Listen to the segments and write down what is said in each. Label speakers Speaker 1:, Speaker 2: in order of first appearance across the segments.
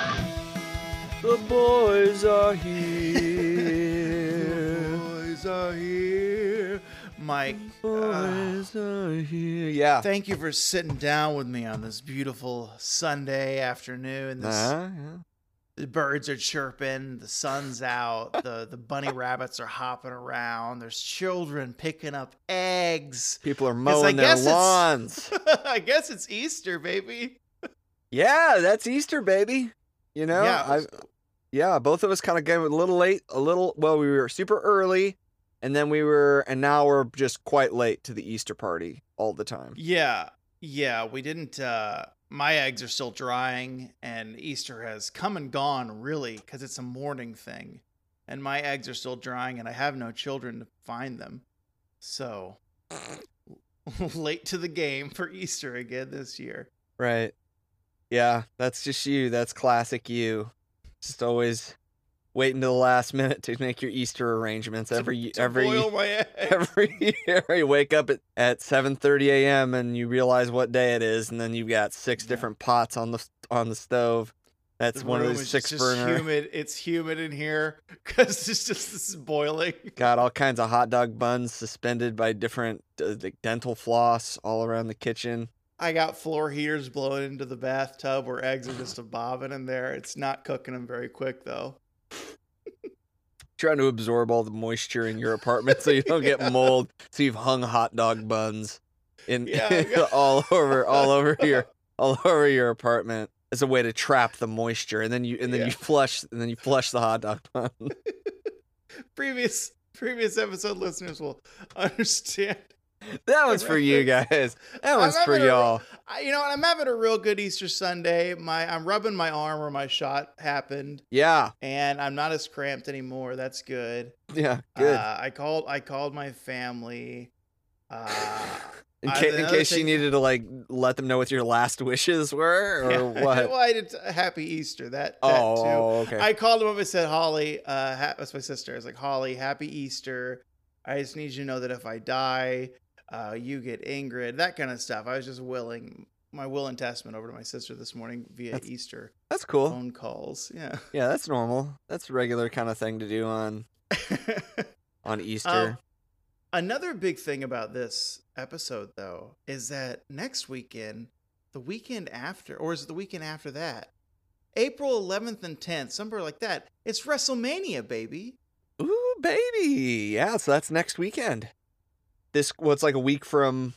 Speaker 1: here. Mike, uh,
Speaker 2: Yeah.
Speaker 1: thank you for sitting down with me on this beautiful Sunday afternoon. This,
Speaker 2: Uh, yeah.
Speaker 1: The birds are chirping, the sun's out, the, the bunny rabbits are hopping around, there's children picking up eggs.
Speaker 2: People are
Speaker 1: I
Speaker 2: mowing their
Speaker 1: guess it's-
Speaker 2: lawns.
Speaker 1: I guess it's Easter, baby.
Speaker 2: yeah, that's Easter, baby. You know,
Speaker 1: Yeah,
Speaker 2: I, yeah, both of us kind of got a little late, a little. Well, we were super early, and then we were, and now we're just quite late to the Easter party all the time.
Speaker 1: Yeah. Yeah, we didn't uh my eggs are still drying and Easter has come and gone really cuz it's a morning thing. And my eggs are still drying and I have no children to find them. So late to the game for Easter again this year.
Speaker 2: Right. Yeah, that's just you. That's classic you. Just always waiting to the last minute to make your Easter arrangements
Speaker 1: To-
Speaker 2: every
Speaker 1: to
Speaker 2: every
Speaker 1: boil my eggs.
Speaker 2: every year. You wake up at, at 7:30 a.m. and you realize what day it is, and then you've got six
Speaker 1: Yeah.
Speaker 2: different pots on the on the stove. That's
Speaker 1: The
Speaker 2: one of
Speaker 1: room
Speaker 2: those
Speaker 1: is
Speaker 2: six
Speaker 1: just
Speaker 2: burner.
Speaker 1: humid. It's humid in here cuz it's just this is boiling.
Speaker 2: Got all kinds of hot dog buns suspended by different uh, like dental floss all around the kitchen.
Speaker 1: I got floor heaters blowing into the bathtub where eggs are just a bobbing in there. It's not cooking them very quick though.
Speaker 2: Trying to absorb all the moisture in your apartment so you don't
Speaker 1: Yeah.
Speaker 2: get mold. So you've hung hot dog buns in
Speaker 1: Yeah, I got-
Speaker 2: all over all over your all over your apartment as a way to trap the moisture, and then you and then
Speaker 1: Yeah.
Speaker 2: you flush and then you flush the hot dog bun.
Speaker 1: previous previous episode listeners will understand.
Speaker 2: That one's for you guys. That one's
Speaker 1: I'm
Speaker 2: for
Speaker 1: having a-
Speaker 2: y'all.
Speaker 1: I, you know what? I'm having a real good Easter Sunday. My I'm rubbing my arm where my shot happened,
Speaker 2: Yeah.
Speaker 1: and I'm not as cramped anymore. That's good.
Speaker 2: Yeah. Good.
Speaker 1: Uh, I called I called my family. Uh,
Speaker 2: in,
Speaker 1: uh,
Speaker 2: ca- in
Speaker 1: another
Speaker 2: case you
Speaker 1: thing-
Speaker 2: needed to like let them know what your last wishes were or
Speaker 1: yeah.
Speaker 2: what.
Speaker 1: well, I did uh, Happy Easter. That, that
Speaker 2: oh,
Speaker 1: too.
Speaker 2: okay.
Speaker 1: I called him up and said, Holly, uh, ha- that's my sister. I was like, Holly, happy Easter. I just need you to know that if I die, uh, you get Ingrid, that kind of stuff. I was just willing my will and testament over to my sister this morning via
Speaker 2: That's
Speaker 1: Easter
Speaker 2: that's cool.
Speaker 1: phone calls. Yeah.
Speaker 2: Yeah, that's normal. That's a regular kind of thing to do on on Easter.
Speaker 1: Another big thing about this episode, though, is that next weekend, the weekend after, or is it the weekend after that? April 11th and 10th, somewhere like that. It's WrestleMania, baby.
Speaker 2: Ooh, baby. Yeah, so that's next weekend. This well, it's like a week from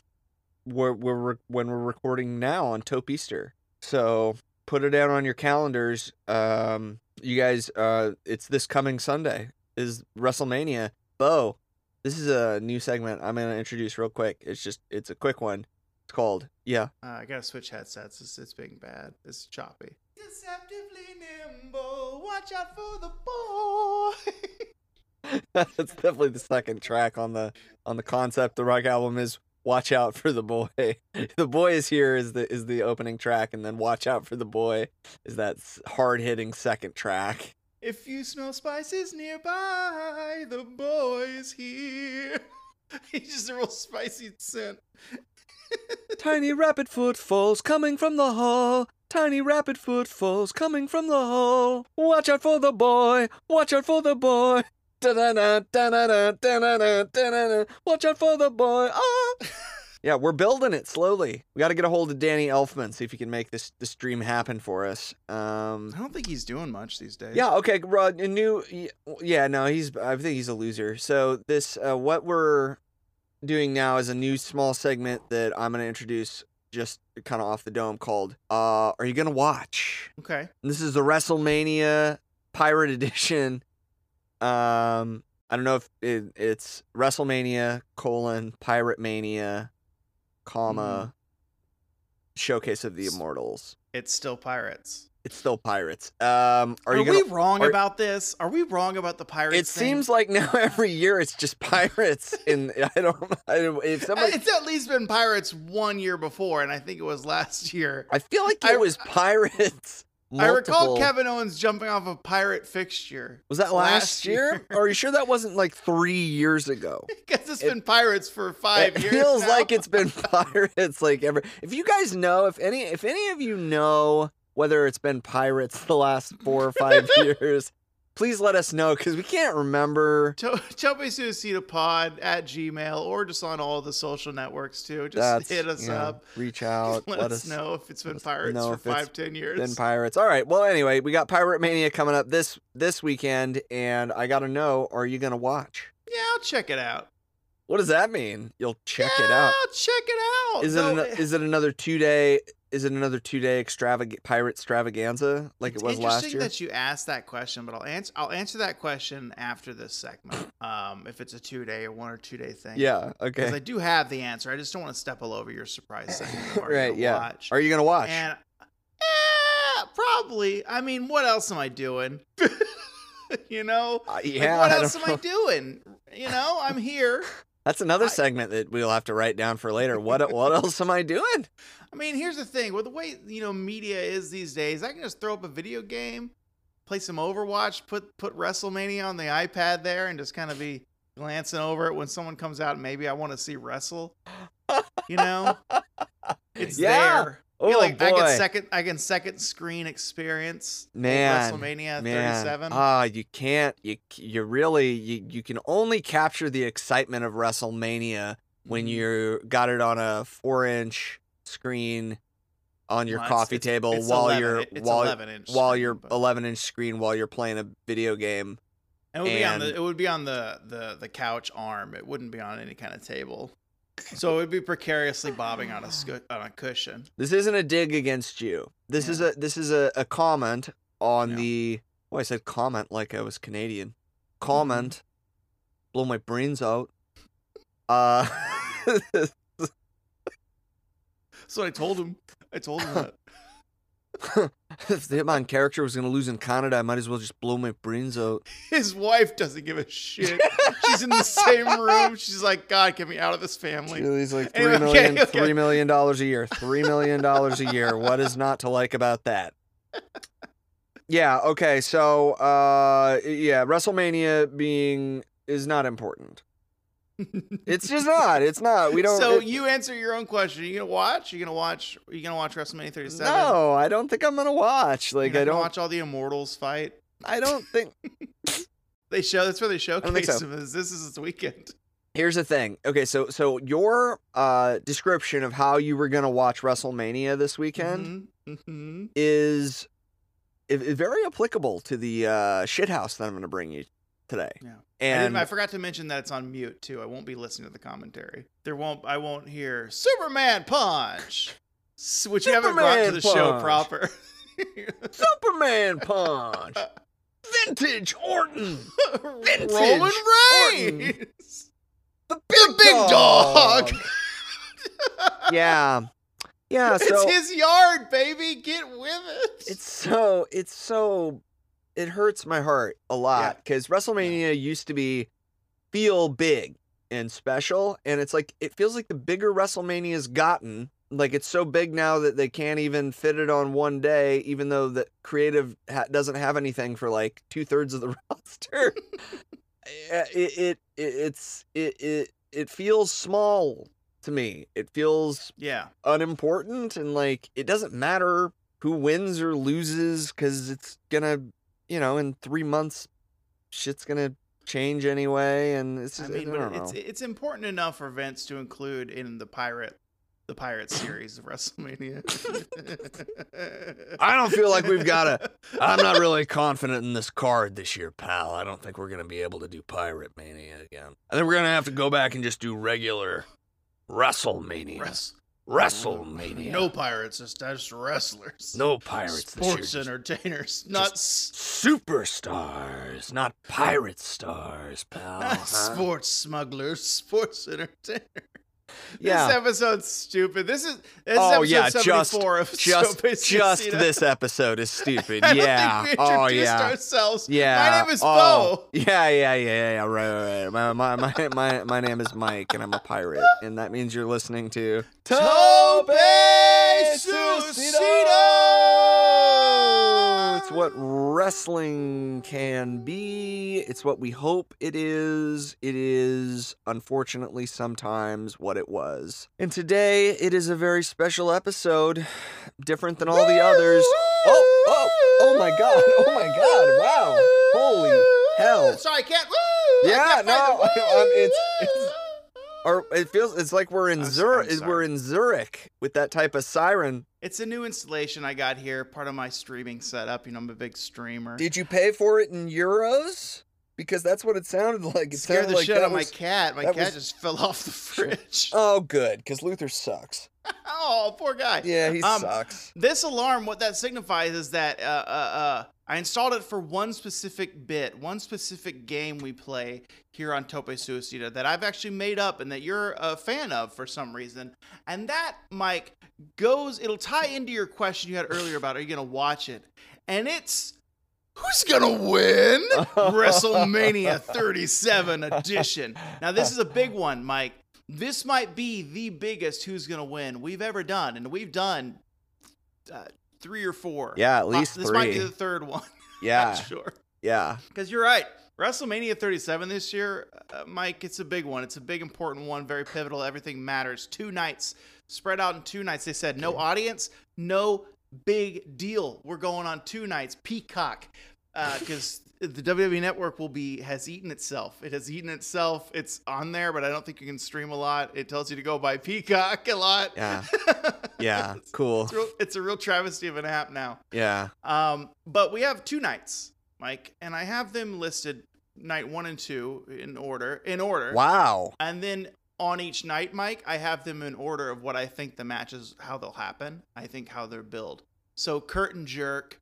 Speaker 2: where we're re- when we're recording now on Taupe Easter. So put it down on your calendars. Um, you guys, uh, it's this coming Sunday is WrestleMania. Bo, this is a new segment I'm gonna introduce real quick. It's just it's a quick one. It's called yeah.
Speaker 1: Uh, I gotta switch headsets. It's, it's being bad. It's choppy. Deceptively nimble. Watch out for the boy.
Speaker 2: That's definitely the second track on the on the concept. The rock album is "Watch Out for the Boy." The boy is here is the is the opening track, and then "Watch Out for the Boy" is that hard hitting second track.
Speaker 1: if you smell spices nearby, the boy is here. He's just a real spicy scent.
Speaker 2: Tiny rapid footfalls coming from the hall. Tiny rapid footfalls coming from the hall. Watch out for the boy. Watch out for the boy. Da-da-da, da-da-da, da-da-da, da-da-da. Watch out for the boy. Ah. yeah, we're building it slowly. We got to get a hold of Danny Elfman, see if he can make this this dream happen for us. Um,
Speaker 1: I don't think he's doing much these days.
Speaker 2: yeah. Okay. Rod, a new. y- Yeah. No, he's. I think he's a loser. So this, uh, what we're doing now is a new small segment that I'm gonna introduce just kind of off the dome called uh, "Are You Gonna Watch?"
Speaker 1: Okay.
Speaker 2: And this is the WrestleMania Pirate Edition. Um, I don't know if it, it's WrestleMania colon Pirate Mania, comma Showcase of the
Speaker 1: S-
Speaker 2: Immortals.
Speaker 1: It's still pirates.
Speaker 2: It's still pirates. Um, are
Speaker 1: Are,
Speaker 2: you gonna?
Speaker 1: we wrong
Speaker 2: are-
Speaker 1: about this? Are we wrong about the pirates?
Speaker 2: It seems like now every year it's just pirates, and I don't. I, don't- if somebody,
Speaker 1: Uh, it's at least been pirates one year before, and I think it was last year.
Speaker 2: I feel like it
Speaker 1: I-
Speaker 2: was pirates.
Speaker 1: I recall
Speaker 2: multiple-
Speaker 1: Kevin Owens jumping off a pirate fixture.
Speaker 2: Was that
Speaker 1: last
Speaker 2: last, year?
Speaker 1: year.
Speaker 2: Are you sure that wasn't like three years ago?
Speaker 1: Because it's
Speaker 2: It-
Speaker 1: been pirates for five
Speaker 2: it
Speaker 1: years.
Speaker 2: feels
Speaker 1: now.
Speaker 2: like it's been pirates like ever. If you guys know, if any, if any of you know whether it's been pirates the last four or five years, Please let us know because we can't remember.
Speaker 1: To- Tope Suicida Pod at Gmail or just on all the social networks too. Just
Speaker 2: That's-
Speaker 1: hit us
Speaker 2: yeah,
Speaker 1: up.
Speaker 2: Reach out.
Speaker 1: let, us know if it's
Speaker 2: let
Speaker 1: been
Speaker 2: us
Speaker 1: pirates
Speaker 2: know
Speaker 1: for
Speaker 2: if it's
Speaker 1: five, ten years.
Speaker 2: Then pirates. All right. Well, anyway, we got Pirate Mania coming up this this weekend, and I gotta know: Are you gonna watch?
Speaker 1: yeah, I'll check it out.
Speaker 2: What does that mean? You'll check it out.
Speaker 1: Yeah, I'll check it out.
Speaker 2: Is it
Speaker 1: No,
Speaker 2: an, is it another two day? Is it another two day extravag- pirate extravaganza like
Speaker 1: it's
Speaker 2: it was
Speaker 1: interesting
Speaker 2: last year?
Speaker 1: that you asked that question, but I'll answer. I'll answer that question after this segment. Um, if it's a two day or one or two day thing.
Speaker 2: yeah.
Speaker 1: Because
Speaker 2: Okay.
Speaker 1: I do have the answer. I just don't want to step all over your surprise segment. of Are You
Speaker 2: Right,
Speaker 1: Gonna
Speaker 2: yeah.
Speaker 1: Watch.
Speaker 2: Are you gonna watch?
Speaker 1: And eh, probably. I mean, what else am I doing? you know,
Speaker 2: Uh,
Speaker 1: Like,
Speaker 2: yeah.
Speaker 1: what
Speaker 2: I
Speaker 1: else am
Speaker 2: don't
Speaker 1: I
Speaker 2: know.
Speaker 1: doing? You know, I'm here.
Speaker 2: That's another
Speaker 1: I-
Speaker 2: segment that we'll have to write down for later. What what else am I doing?
Speaker 1: I mean, here's the thing with the way you know media is these days. I can just throw up a video game, play some Overwatch, put put WrestleMania on the iPad there, and just kind of be glancing over it when someone comes out. Maybe I want to see wrestle. You know, it's
Speaker 2: Yeah.
Speaker 1: there.
Speaker 2: Oh
Speaker 1: Feel like
Speaker 2: boy,
Speaker 1: I can second I can second screen experience like
Speaker 2: Man,
Speaker 1: WrestleMania
Speaker 2: man!
Speaker 1: 37.
Speaker 2: Ah, you can't. You c- you really you you can only capture the excitement of WrestleMania
Speaker 1: Mm-hmm.
Speaker 2: when you got it on a four inch screen on your
Speaker 1: Well, it's-
Speaker 2: coffee
Speaker 1: it's-
Speaker 2: table
Speaker 1: it's
Speaker 2: while
Speaker 1: 11
Speaker 2: you're
Speaker 1: it- it's
Speaker 2: while
Speaker 1: 11 inch
Speaker 2: while
Speaker 1: screen,
Speaker 2: you're
Speaker 1: but-
Speaker 2: 11 inch screen while you're playing a video game.
Speaker 1: It would be on the
Speaker 2: And-
Speaker 1: it would be on the the the couch arm. It wouldn't be on any kind of table. So it would be precariously bobbing on a scu- on a cushion.
Speaker 2: This isn't a dig against you. This is
Speaker 1: Yeah.
Speaker 2: a this is a, a comment on
Speaker 1: Yeah.
Speaker 2: the. Oh, I said comment like I was Canadian.
Speaker 1: Mm-hmm.
Speaker 2: Comment, blow my brains out. Uh,
Speaker 1: That's what I told him. I told him that.
Speaker 2: if the Hitman character was gonna lose in Canada, I might as well just blow my brains out.
Speaker 1: His wife doesn't give a shit. She's in the same room. She's like, God, get me out of this family.
Speaker 2: He's like three
Speaker 1: Anyway,
Speaker 2: million,
Speaker 1: okay, okay.
Speaker 2: three million dollars a year, three million dollars a year. What is not to like about that? Yeah. Okay. So, uh, yeah, WrestleMania being is not important. It's just not. It's not. We don't.
Speaker 1: So
Speaker 2: it-
Speaker 1: you answer your own question. Are you gonna watch? Are you gonna watch? Are you gonna watch WrestleMania 37?
Speaker 2: no, I don't think I'm gonna watch.
Speaker 1: You're
Speaker 2: Like
Speaker 1: not
Speaker 2: I
Speaker 1: gonna
Speaker 2: don't.
Speaker 1: watch all the Immortals fight.
Speaker 2: I don't think.
Speaker 1: They show that's where they
Speaker 2: don't think
Speaker 1: showcase
Speaker 2: so.
Speaker 1: him. Is this is his weekend?
Speaker 2: Here's the thing. Okay, so so your uh description of how you were gonna watch WrestleMania this weekend
Speaker 1: hmm
Speaker 2: is, is very applicable to the uh shithouse that I'm gonna bring you today.
Speaker 1: Yeah. I, didn't-
Speaker 2: And
Speaker 1: I forgot to mention that it's on mute too. I won't be listening to the commentary. There won't. I won't hear Superman punch, s- which you haven't brought to the
Speaker 2: Superman
Speaker 1: show
Speaker 2: punch.
Speaker 1: proper.
Speaker 2: Superman punch, vintage Orton, Vintage
Speaker 1: Roman
Speaker 2: Orton.
Speaker 1: Reigns,
Speaker 2: the
Speaker 1: the big dog.
Speaker 2: yeah, yeah.
Speaker 1: it's
Speaker 2: so
Speaker 1: his yard, baby. Get with it.
Speaker 2: It's so it's so it hurts my heart a lot because WrestleMania used to be feel big and special, and it's like it feels like the bigger WrestleMania's gotten. Like it's so big now that they can't even fit it on one day, even though the creative ha- doesn't have anything for like two thirds of the roster. Uh, it, it it it's it it it feels small to me. It feels
Speaker 1: yeah.
Speaker 2: unimportant and like it doesn't matter who wins or loses because it's gonna you know in three months shit's gonna change anyway and it's
Speaker 1: I
Speaker 2: just, I
Speaker 1: mean,
Speaker 2: don't
Speaker 1: but
Speaker 2: know.
Speaker 1: it's it's important enough for Vince to include in the pirate the pirate series of WrestleMania.
Speaker 2: I don't feel like we've gotta- I'm not really confident in this card this year, pal. I don't think we're gonna be able to do Pirate Mania again. I think we're gonna have to go back and just do regular WrestleMania.
Speaker 1: Wrest-
Speaker 2: WrestleMania.
Speaker 1: No pirates, just, just wrestlers.
Speaker 2: no pirates
Speaker 1: sports
Speaker 2: this year. just
Speaker 1: entertainers, not s-
Speaker 2: Superstars, not pirate stars, pal.
Speaker 1: not
Speaker 2: huh?
Speaker 1: sports smugglers, sports entertainers.
Speaker 2: Yeah.
Speaker 1: This episode's stupid. This is this
Speaker 2: Oh,
Speaker 1: is episode
Speaker 2: yeah, just-
Speaker 1: 74 of
Speaker 2: just
Speaker 1: Soap is
Speaker 2: just
Speaker 1: Casino.
Speaker 2: this episode is stupid.
Speaker 1: I don't
Speaker 2: yeah.
Speaker 1: think we
Speaker 2: oh
Speaker 1: introduced
Speaker 2: yeah.
Speaker 1: ourselves.
Speaker 2: Yeah.
Speaker 1: My name is
Speaker 2: oh.
Speaker 1: Bo.
Speaker 2: Yeah, yeah, yeah, yeah. Right, right, right. My, my, my, my, my name is Mike, and I'm a pirate, and that means you're listening to
Speaker 1: Tope
Speaker 2: Suicida. It's what wrestling can be. It's what we hope it is. It is, unfortunately, sometimes what it was. And today, it is a very special episode, different than all the others. Oh, oh, Oh my god. Oh my god. Wow. Holy hell.
Speaker 1: So I can't.
Speaker 2: Yeah,
Speaker 1: I can't find the
Speaker 2: no,
Speaker 1: woo,
Speaker 2: um, it's-
Speaker 1: woo.
Speaker 2: it's- Or it feels it's like we're in
Speaker 1: I'm s-
Speaker 2: Zurich.
Speaker 1: I'm sorry.
Speaker 2: We're in Zurich with that type of siren.
Speaker 1: It's a new installation I got here, part of my streaming setup. You know, I'm a big streamer.
Speaker 2: Did you pay for it in euros? Because that's what it sounded like. It
Speaker 1: Scared
Speaker 2: sounded
Speaker 1: the
Speaker 2: like
Speaker 1: shit
Speaker 2: that
Speaker 1: out of my
Speaker 2: was-
Speaker 1: cat. My
Speaker 2: that
Speaker 1: cat
Speaker 2: was-
Speaker 1: just fell off the fridge.
Speaker 2: Oh, good, because Luther sucks.
Speaker 1: oh, poor guy.
Speaker 2: Yeah, he
Speaker 1: Um,
Speaker 2: sucks.
Speaker 1: This alarm, what that signifies is that uh, uh, uh, I installed it for one specific bit, one specific game we play here on Tope Suicida that I've actually made up and that you're a fan of for some reason. And that, Mike, goes, it'll tie into your question you had earlier about are you going to watch it? And it's. Who's gonna win WrestleMania 37 edition? Now this is a big one, Mike. This might be the biggest who's gonna win we've ever done, and we've done uh, three or four.
Speaker 2: Yeah, at
Speaker 1: Uh,
Speaker 2: least
Speaker 1: this might be the
Speaker 2: three.
Speaker 1: third one.
Speaker 2: Yeah,
Speaker 1: Not sure.
Speaker 2: yeah.
Speaker 1: Because you're right. WrestleMania 37 this year, uh, Mike, it's a big one. It's a big, important one, very pivotal. Everything matters. Two nights, spread out in two nights. They said no audience, no big deal. We're going on two nights. Peacock. Because the WWE network will be, has eaten itself. It has eaten itself. It's on there, but I don't think you can stream a lot. It tells you to go by Peacock a lot.
Speaker 2: Yeah. Yeah,
Speaker 1: it's,
Speaker 2: cool.
Speaker 1: it's real, it's a real travesty of an app now.
Speaker 2: Yeah.
Speaker 1: Um, but we have two nights, Mike, and I have them listed night one and two in order. In order.
Speaker 2: Wow.
Speaker 1: And then on each night, Mike, I have them in order of what I think the matches, how they'll happen. I think how they're billed. So curtain jerk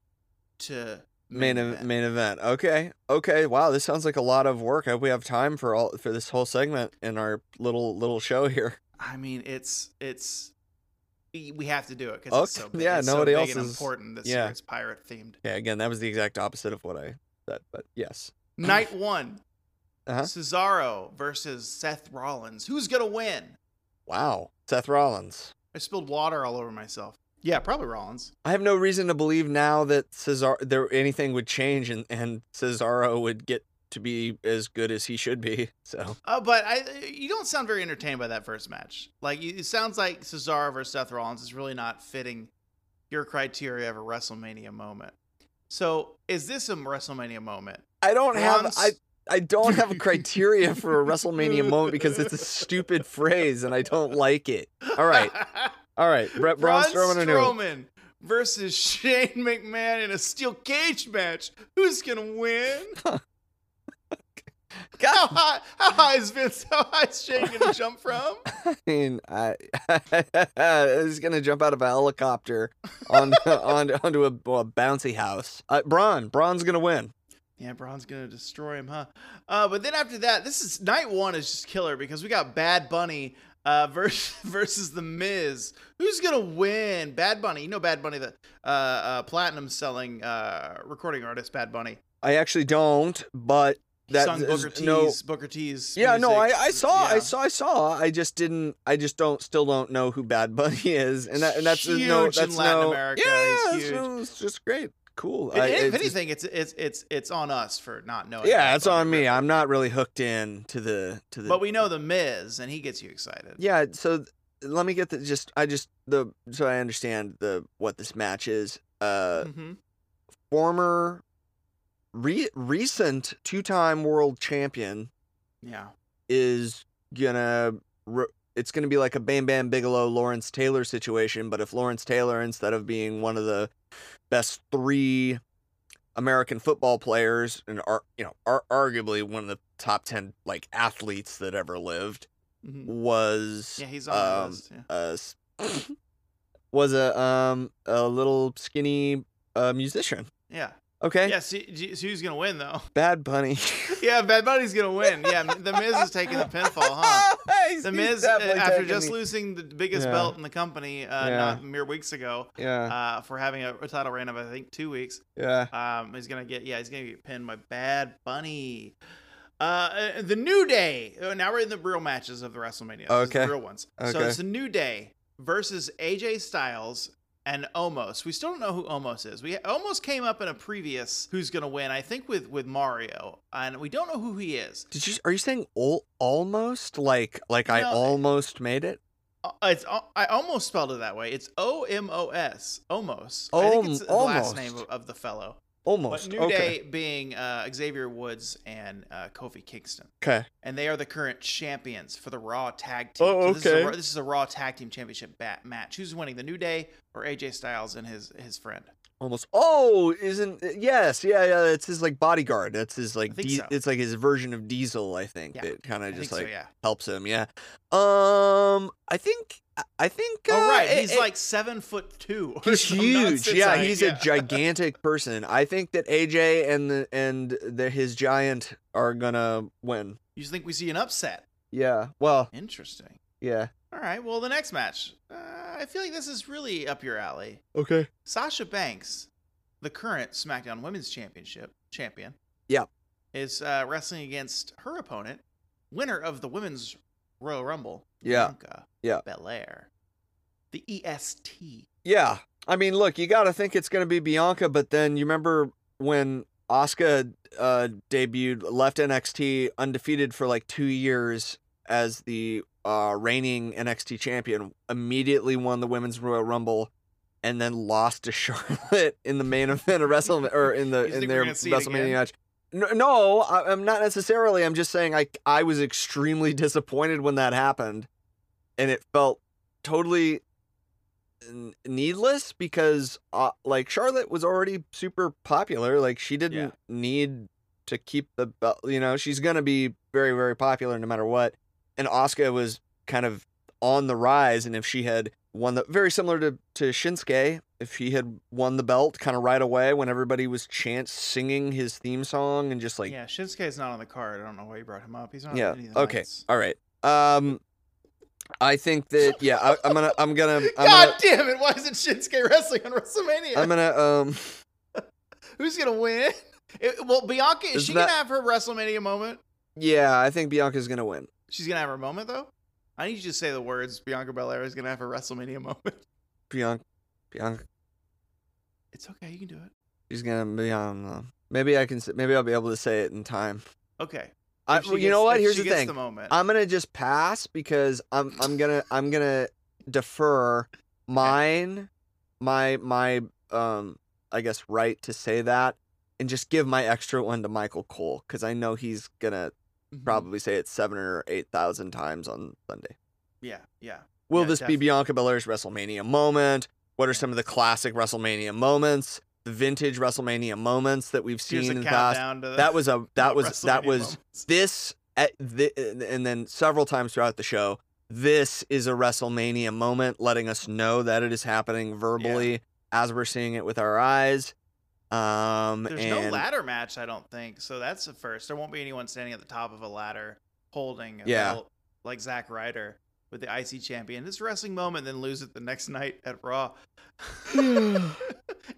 Speaker 1: to
Speaker 2: Main ev-
Speaker 1: event.
Speaker 2: main event. Okay. Okay. Wow. This sounds like a lot of work. I hope we have time for all for this whole segment in our little little show here.
Speaker 1: I mean, it's it's we have to do it because it's
Speaker 2: Okay,
Speaker 1: so big.
Speaker 2: yeah,
Speaker 1: it's so
Speaker 2: nobody
Speaker 1: big
Speaker 2: else
Speaker 1: and
Speaker 2: is-
Speaker 1: important this
Speaker 2: yeah.
Speaker 1: year. It's pirate themed.
Speaker 2: Yeah. Again, that was the exact opposite of what I said. But yes.
Speaker 1: Night one,
Speaker 2: Uh-huh.
Speaker 1: Cesaro versus Seth Rollins. Who's gonna win?
Speaker 2: Wow. Seth Rollins.
Speaker 1: I spilled water all over myself. Yeah, probably Rollins.
Speaker 2: I have no reason to believe now that Cesar there anything would change and and Cesaro would get to be as good as he should be. So
Speaker 1: Oh, but I you don't sound very entertained by that first match. Like you- it sounds like Cesaro versus Seth Rollins is really not fitting your criteria of a WrestleMania moment. So is this a WrestleMania moment?
Speaker 2: I don't have
Speaker 1: Rollins-
Speaker 2: I I don't have a criteria for a WrestleMania moment because it's a stupid phrase and I don't like it. All right. All right. Brett Braun
Speaker 1: Braun
Speaker 2: Strowman or no?
Speaker 1: Strowman versus Shane McMahon in a steel cage match. Who's gonna win? How high, how high is Vince? How high is Shane gonna jump from?
Speaker 2: I mean, I, he's gonna jump out of a helicopter on on onto a, well, a bouncy house. Uh, Braun, Braun's gonna win.
Speaker 1: Yeah, Braun's gonna destroy him, huh? Uh, but then after that, this is night one is just killer because we got Bad Bunny uh, versus versus the Miz. Who's gonna win? Bad Bunny, you know Bad Bunny, the uh, uh, platinum selling uh, recording artist, Bad Bunny.
Speaker 2: I actually don't, but
Speaker 1: He
Speaker 2: that
Speaker 1: sung
Speaker 2: is-
Speaker 1: Booker T's
Speaker 2: no.
Speaker 1: Booker T's.
Speaker 2: Yeah, no, I,
Speaker 1: music.
Speaker 2: I saw, I
Speaker 1: Yeah.
Speaker 2: saw, I saw. I just didn't, I just don't, still don't know who Bad Bunny is, and that, and that's
Speaker 1: Huge
Speaker 2: no,
Speaker 1: in
Speaker 2: that's
Speaker 1: Latin
Speaker 2: no,
Speaker 1: America,
Speaker 2: yeah,
Speaker 1: he's
Speaker 2: it's-
Speaker 1: huge.
Speaker 2: it's just great, cool.
Speaker 1: If-
Speaker 2: I-
Speaker 1: if
Speaker 2: it's-
Speaker 1: anything, it's it's it's it's on us for not knowing.
Speaker 2: yeah,
Speaker 1: Bad
Speaker 2: it's
Speaker 1: Bunny,
Speaker 2: on me.
Speaker 1: but-
Speaker 2: I'm not really hooked in to the to the.
Speaker 1: But we know the Miz, and he gets you excited.
Speaker 2: Yeah, so th- let me get the just I just the so I understand the what this match is. Uh
Speaker 1: hmm
Speaker 2: former re- recent two-time world champion
Speaker 1: Yeah.
Speaker 2: is gonna re- it's gonna be like a Bam Bam Bigelow Lawrence Taylor situation, but if Lawrence Taylor instead of being one of the best three American football players and are you know are arguably one of the top ten like athletes that ever lived
Speaker 1: hmm
Speaker 2: was
Speaker 1: Yeah, he's on the
Speaker 2: Um,
Speaker 1: list. Yeah.
Speaker 2: uh, s- was a um a little skinny uh, musician.
Speaker 1: yeah.
Speaker 2: Okay,
Speaker 1: Yeah, see, see who's gonna win though?
Speaker 2: Bad Bunny.
Speaker 1: Yeah, Bad Bunny's gonna win. Yeah, the Miz is taking the pinfall, huh?
Speaker 2: He's-
Speaker 1: The
Speaker 2: he's
Speaker 1: Miz, uh,
Speaker 2: definitely
Speaker 1: after
Speaker 2: taking
Speaker 1: just
Speaker 2: the-
Speaker 1: losing the biggest
Speaker 2: Yeah.
Speaker 1: belt in the company uh,
Speaker 2: Yeah.
Speaker 1: not mere weeks ago
Speaker 2: yeah,
Speaker 1: uh, for having a, a title reign of I think two weeks,
Speaker 2: yeah.
Speaker 1: um, he's gonna get yeah he's gonna get pinned by Bad Bunny. Uh, uh, the New Day. Oh, now we're in the real matches of the WrestleMania. This is the
Speaker 2: Okay.
Speaker 1: real ones. So
Speaker 2: Okay.
Speaker 1: it's the New Day versus AJ Styles and Omos. We still don't know who Omos is. We Omos came up in a previous Who's Gonna Win, I think with with Mario, and we don't know who he is.
Speaker 2: Did you? Are you saying al- almost like like I
Speaker 1: No.
Speaker 2: almost made it?
Speaker 1: uh, it's al- I almost spelled it that way. It's O M O S, almost. I think
Speaker 2: Om-
Speaker 1: it's the last name of,
Speaker 2: almost.
Speaker 1: of the fellow.
Speaker 2: Almost.
Speaker 1: But New
Speaker 2: okay.
Speaker 1: Day being uh, Xavier Woods and uh, Kofi Kingston,
Speaker 2: Okay.
Speaker 1: and they are the current champions for the Raw Tag Team.
Speaker 2: Oh,
Speaker 1: So this, is
Speaker 2: okay.
Speaker 1: a, Raw- this is a Raw Tag Team Championship bat match. Who's winning, the New Day or AJ Styles and his his friend?
Speaker 2: Almost. Oh, isn't yes, yeah, yeah. It's his like bodyguard. That's his like.
Speaker 1: I think
Speaker 2: Di-
Speaker 1: so.
Speaker 2: It's like his version of Diesel. I think
Speaker 1: Yeah,
Speaker 2: that kind
Speaker 1: I
Speaker 2: of just
Speaker 1: think
Speaker 2: like
Speaker 1: so. Yeah.
Speaker 2: helps him. Yeah. Um, I think. I- I think.
Speaker 1: oh
Speaker 2: uh,
Speaker 1: right,
Speaker 2: it-
Speaker 1: he's
Speaker 2: it-
Speaker 1: like seven foot two. or
Speaker 2: He's
Speaker 1: some
Speaker 2: huge.
Speaker 1: nonsense,
Speaker 2: Yeah,
Speaker 1: right?
Speaker 2: he's a gigantic person. I think that AJ and the and the, his giant are gonna win.
Speaker 1: You think we see an upset?
Speaker 2: Yeah. Well.
Speaker 1: Interesting.
Speaker 2: Yeah.
Speaker 1: All right. Well, the next match. Uh, I feel like this is really up your alley.
Speaker 2: Okay.
Speaker 1: Sasha Banks, the current SmackDown Women's Championship champion,
Speaker 2: Yep.
Speaker 1: is uh, wrestling against her opponent, winner of the Women's Royal Rumble,
Speaker 2: Yeah.
Speaker 1: Bianca
Speaker 2: Yeah.
Speaker 1: Belair, the E EST.
Speaker 2: Yeah. I mean, look, you got to think it's going to be Bianca, but then you remember when Asuka uh, debuted, left NXT undefeated for like two years as the uh, reigning NXT champion, immediately won the Women's Royal Rumble. And then lost to Charlotte in the main event of WrestleMania or in the
Speaker 1: You
Speaker 2: in
Speaker 1: think we're
Speaker 2: their
Speaker 1: gonna see it again?
Speaker 2: WrestleMania match. No, no I, I'm not necessarily. I'm just saying I I was extremely disappointed when that happened, and it felt totally n- needless because uh, like Charlotte was already super popular. Like she didn't
Speaker 1: Yeah.
Speaker 2: need to keep the belt. You know, she's gonna be very very popular no matter what. And Oscar was kind of on the rise, and if she had won the very similar to to Shinsuke, if she had won the belt kind of right away when everybody was chant singing his theme song and just like
Speaker 1: yeah, Shinsuke's not on the card. I don't know why you brought him up. He's not.
Speaker 2: Yeah,
Speaker 1: On any of the
Speaker 2: okay.
Speaker 1: nights.
Speaker 2: all right. Um, I think that yeah, I, I'm gonna I'm gonna I'm
Speaker 1: God
Speaker 2: gonna
Speaker 1: damn it! Why isn't Shinsuke wrestling on WrestleMania?
Speaker 2: I'm gonna um.
Speaker 1: Who's gonna win? It- well, Bianca is
Speaker 2: Is
Speaker 1: she
Speaker 2: that-
Speaker 1: gonna have her WrestleMania moment?
Speaker 2: Yeah, I think Bianca's gonna win.
Speaker 1: She's gonna have her moment though. I need you to say the words. Bianca Belair is gonna have her WrestleMania moment.
Speaker 2: Bianca, Bianca,
Speaker 1: It's okay, you can do it.
Speaker 2: she's gonna be on. Uh, maybe I can. s- Maybe I'll be able to say it in time.
Speaker 1: Okay.
Speaker 2: I,
Speaker 1: If she
Speaker 2: well, you
Speaker 1: gets-
Speaker 2: know what?
Speaker 1: if
Speaker 2: Here's
Speaker 1: she
Speaker 2: the
Speaker 1: gets
Speaker 2: thing.
Speaker 1: The moment.
Speaker 2: I'm gonna just pass because I'm. I'm gonna. I'm gonna defer mine. My my um. I guess right to say that, and just give my extra one to Michael Cole because I know he's gonna
Speaker 1: Mhm.
Speaker 2: probably say it seven or eight thousand times on Sunday.
Speaker 1: Yeah, yeah.
Speaker 2: Will
Speaker 1: Yeah,
Speaker 2: this
Speaker 1: definitely.
Speaker 2: be Bianca Belair's WrestleMania moment? What are
Speaker 1: Yeah.
Speaker 2: some of the classic WrestleMania moments? The vintage WrestleMania moments that we've seen
Speaker 1: Here's a
Speaker 2: in the past.
Speaker 1: countdown to the,
Speaker 2: That was a that was that
Speaker 1: WrestleMania
Speaker 2: was
Speaker 1: moments.
Speaker 2: this at the, and then several times throughout the show. This is a WrestleMania moment, letting us know that it is happening verbally as we're seeing it with our eyes. Um,
Speaker 1: There's
Speaker 2: and
Speaker 1: no ladder match, I don't think. So that's the first. There won't be anyone standing at the top of a ladder holding a
Speaker 2: Yeah.
Speaker 1: belt like Zack Ryder with the IC champion. This wrestling moment, then lose it the next night at Raw.
Speaker 2: Hmm.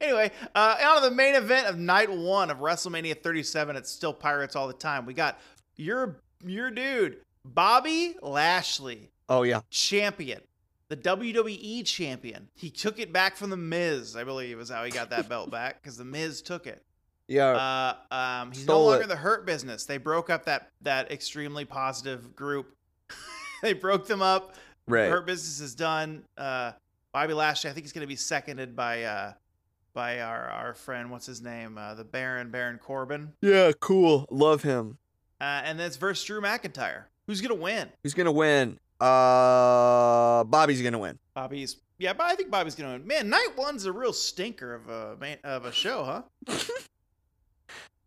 Speaker 1: anyway, uh, on to the main event of night one of WrestleMania 37. It's still Pirates all the time. We got your your dude, Bobby Lashley,
Speaker 2: oh yeah,
Speaker 1: champion, the WWE champion. He took it back from the Miz, I believe, is how he got that belt back because the Miz took it.
Speaker 2: yeah,
Speaker 1: Uh, um, he's no
Speaker 2: Stole
Speaker 1: longer
Speaker 2: it.
Speaker 1: the Hurt Business. They broke up that that extremely positive group. they broke them up.
Speaker 2: right.
Speaker 1: Hurt Business is done. Uh, Bobby Lashley, I think he's going to be seconded by uh, by our our friend, what's his name, uh, the Baron Baron Corbin,
Speaker 2: yeah, cool. Love him.
Speaker 1: uh, and that's versus Drew McIntyre. Who's going to win?
Speaker 2: Who's gonna win? Uh, Bobby's gonna win.
Speaker 1: Bobby's. Yeah, but I think Bobby's going to win. Man, night one's a real stinker of a man, of a show, huh?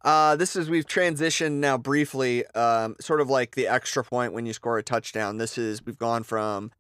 Speaker 2: Uh, this is we've transitioned now briefly, um, sort of like the extra point when you score a touchdown. This is we've gone from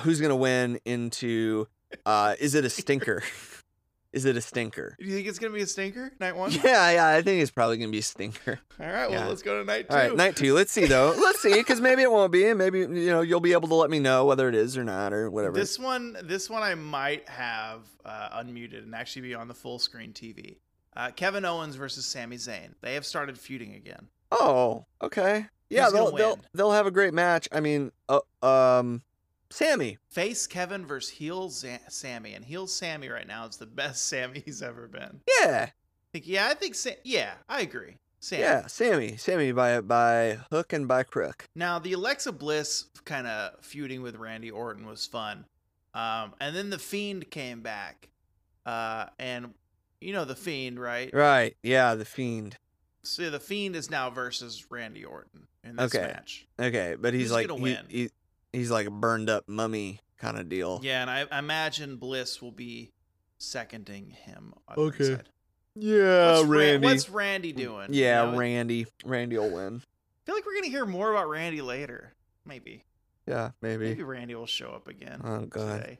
Speaker 2: who's gonna win into uh, is it a stinker? is it a stinker?
Speaker 1: Do you think it's going to be a stinker night one?
Speaker 2: Yeah, yeah, I think it's probably gonna be a stinker.
Speaker 1: All right, well,
Speaker 2: Yeah.
Speaker 1: let's go to night two.
Speaker 2: All right, night two. Let's see though. Let's see, because maybe it won't be, and maybe you know you'll be able to let me know whether it is or not or whatever.
Speaker 1: This one, this one, I might have uh, unmuted and actually be on the full screen TV. Uh, Kevin Owens versus Sami Zayn. They have started feuding again.
Speaker 2: Oh, okay. Yeah,
Speaker 1: Who's gonna
Speaker 2: they'll they'll
Speaker 1: win?
Speaker 2: they'll have a great match. I mean, uh, um, Sammy.
Speaker 1: Face Kevin versus heel Za- Sammy, and heel Sammy right now is the best Sammy he's ever been.
Speaker 2: Yeah,
Speaker 1: Think- yeah, I think. Sa- yeah, I agree. Sam.
Speaker 2: Yeah, Sammy, Sammy by by hook and by crook.
Speaker 1: Now the Alexa Bliss kind of feuding with Randy Orton was fun, um, and then the Fiend came back, uh, and you know the Fiend, right?
Speaker 2: Right. Yeah, the fiend.
Speaker 1: So the Fiend is now versus Randy Orton in this
Speaker 2: Okay.
Speaker 1: match.
Speaker 2: Okay, but he's
Speaker 1: Who's
Speaker 2: like
Speaker 1: gonna
Speaker 2: he-
Speaker 1: win?
Speaker 2: he- he's like a burned up mummy kind of deal.
Speaker 1: Yeah, and I, I imagine Bliss will be seconding him. I would
Speaker 2: Okay. Uh,
Speaker 1: said.
Speaker 2: Yeah,
Speaker 1: What's Ran- what's Randy doing? You
Speaker 2: Yeah,
Speaker 1: know,
Speaker 2: Randy. Randy will win.
Speaker 1: I feel like we're gonna hear more about Randy later. Maybe.
Speaker 2: Yeah, maybe.
Speaker 1: Maybe Randy will show up again.
Speaker 2: Oh, God.
Speaker 1: Today.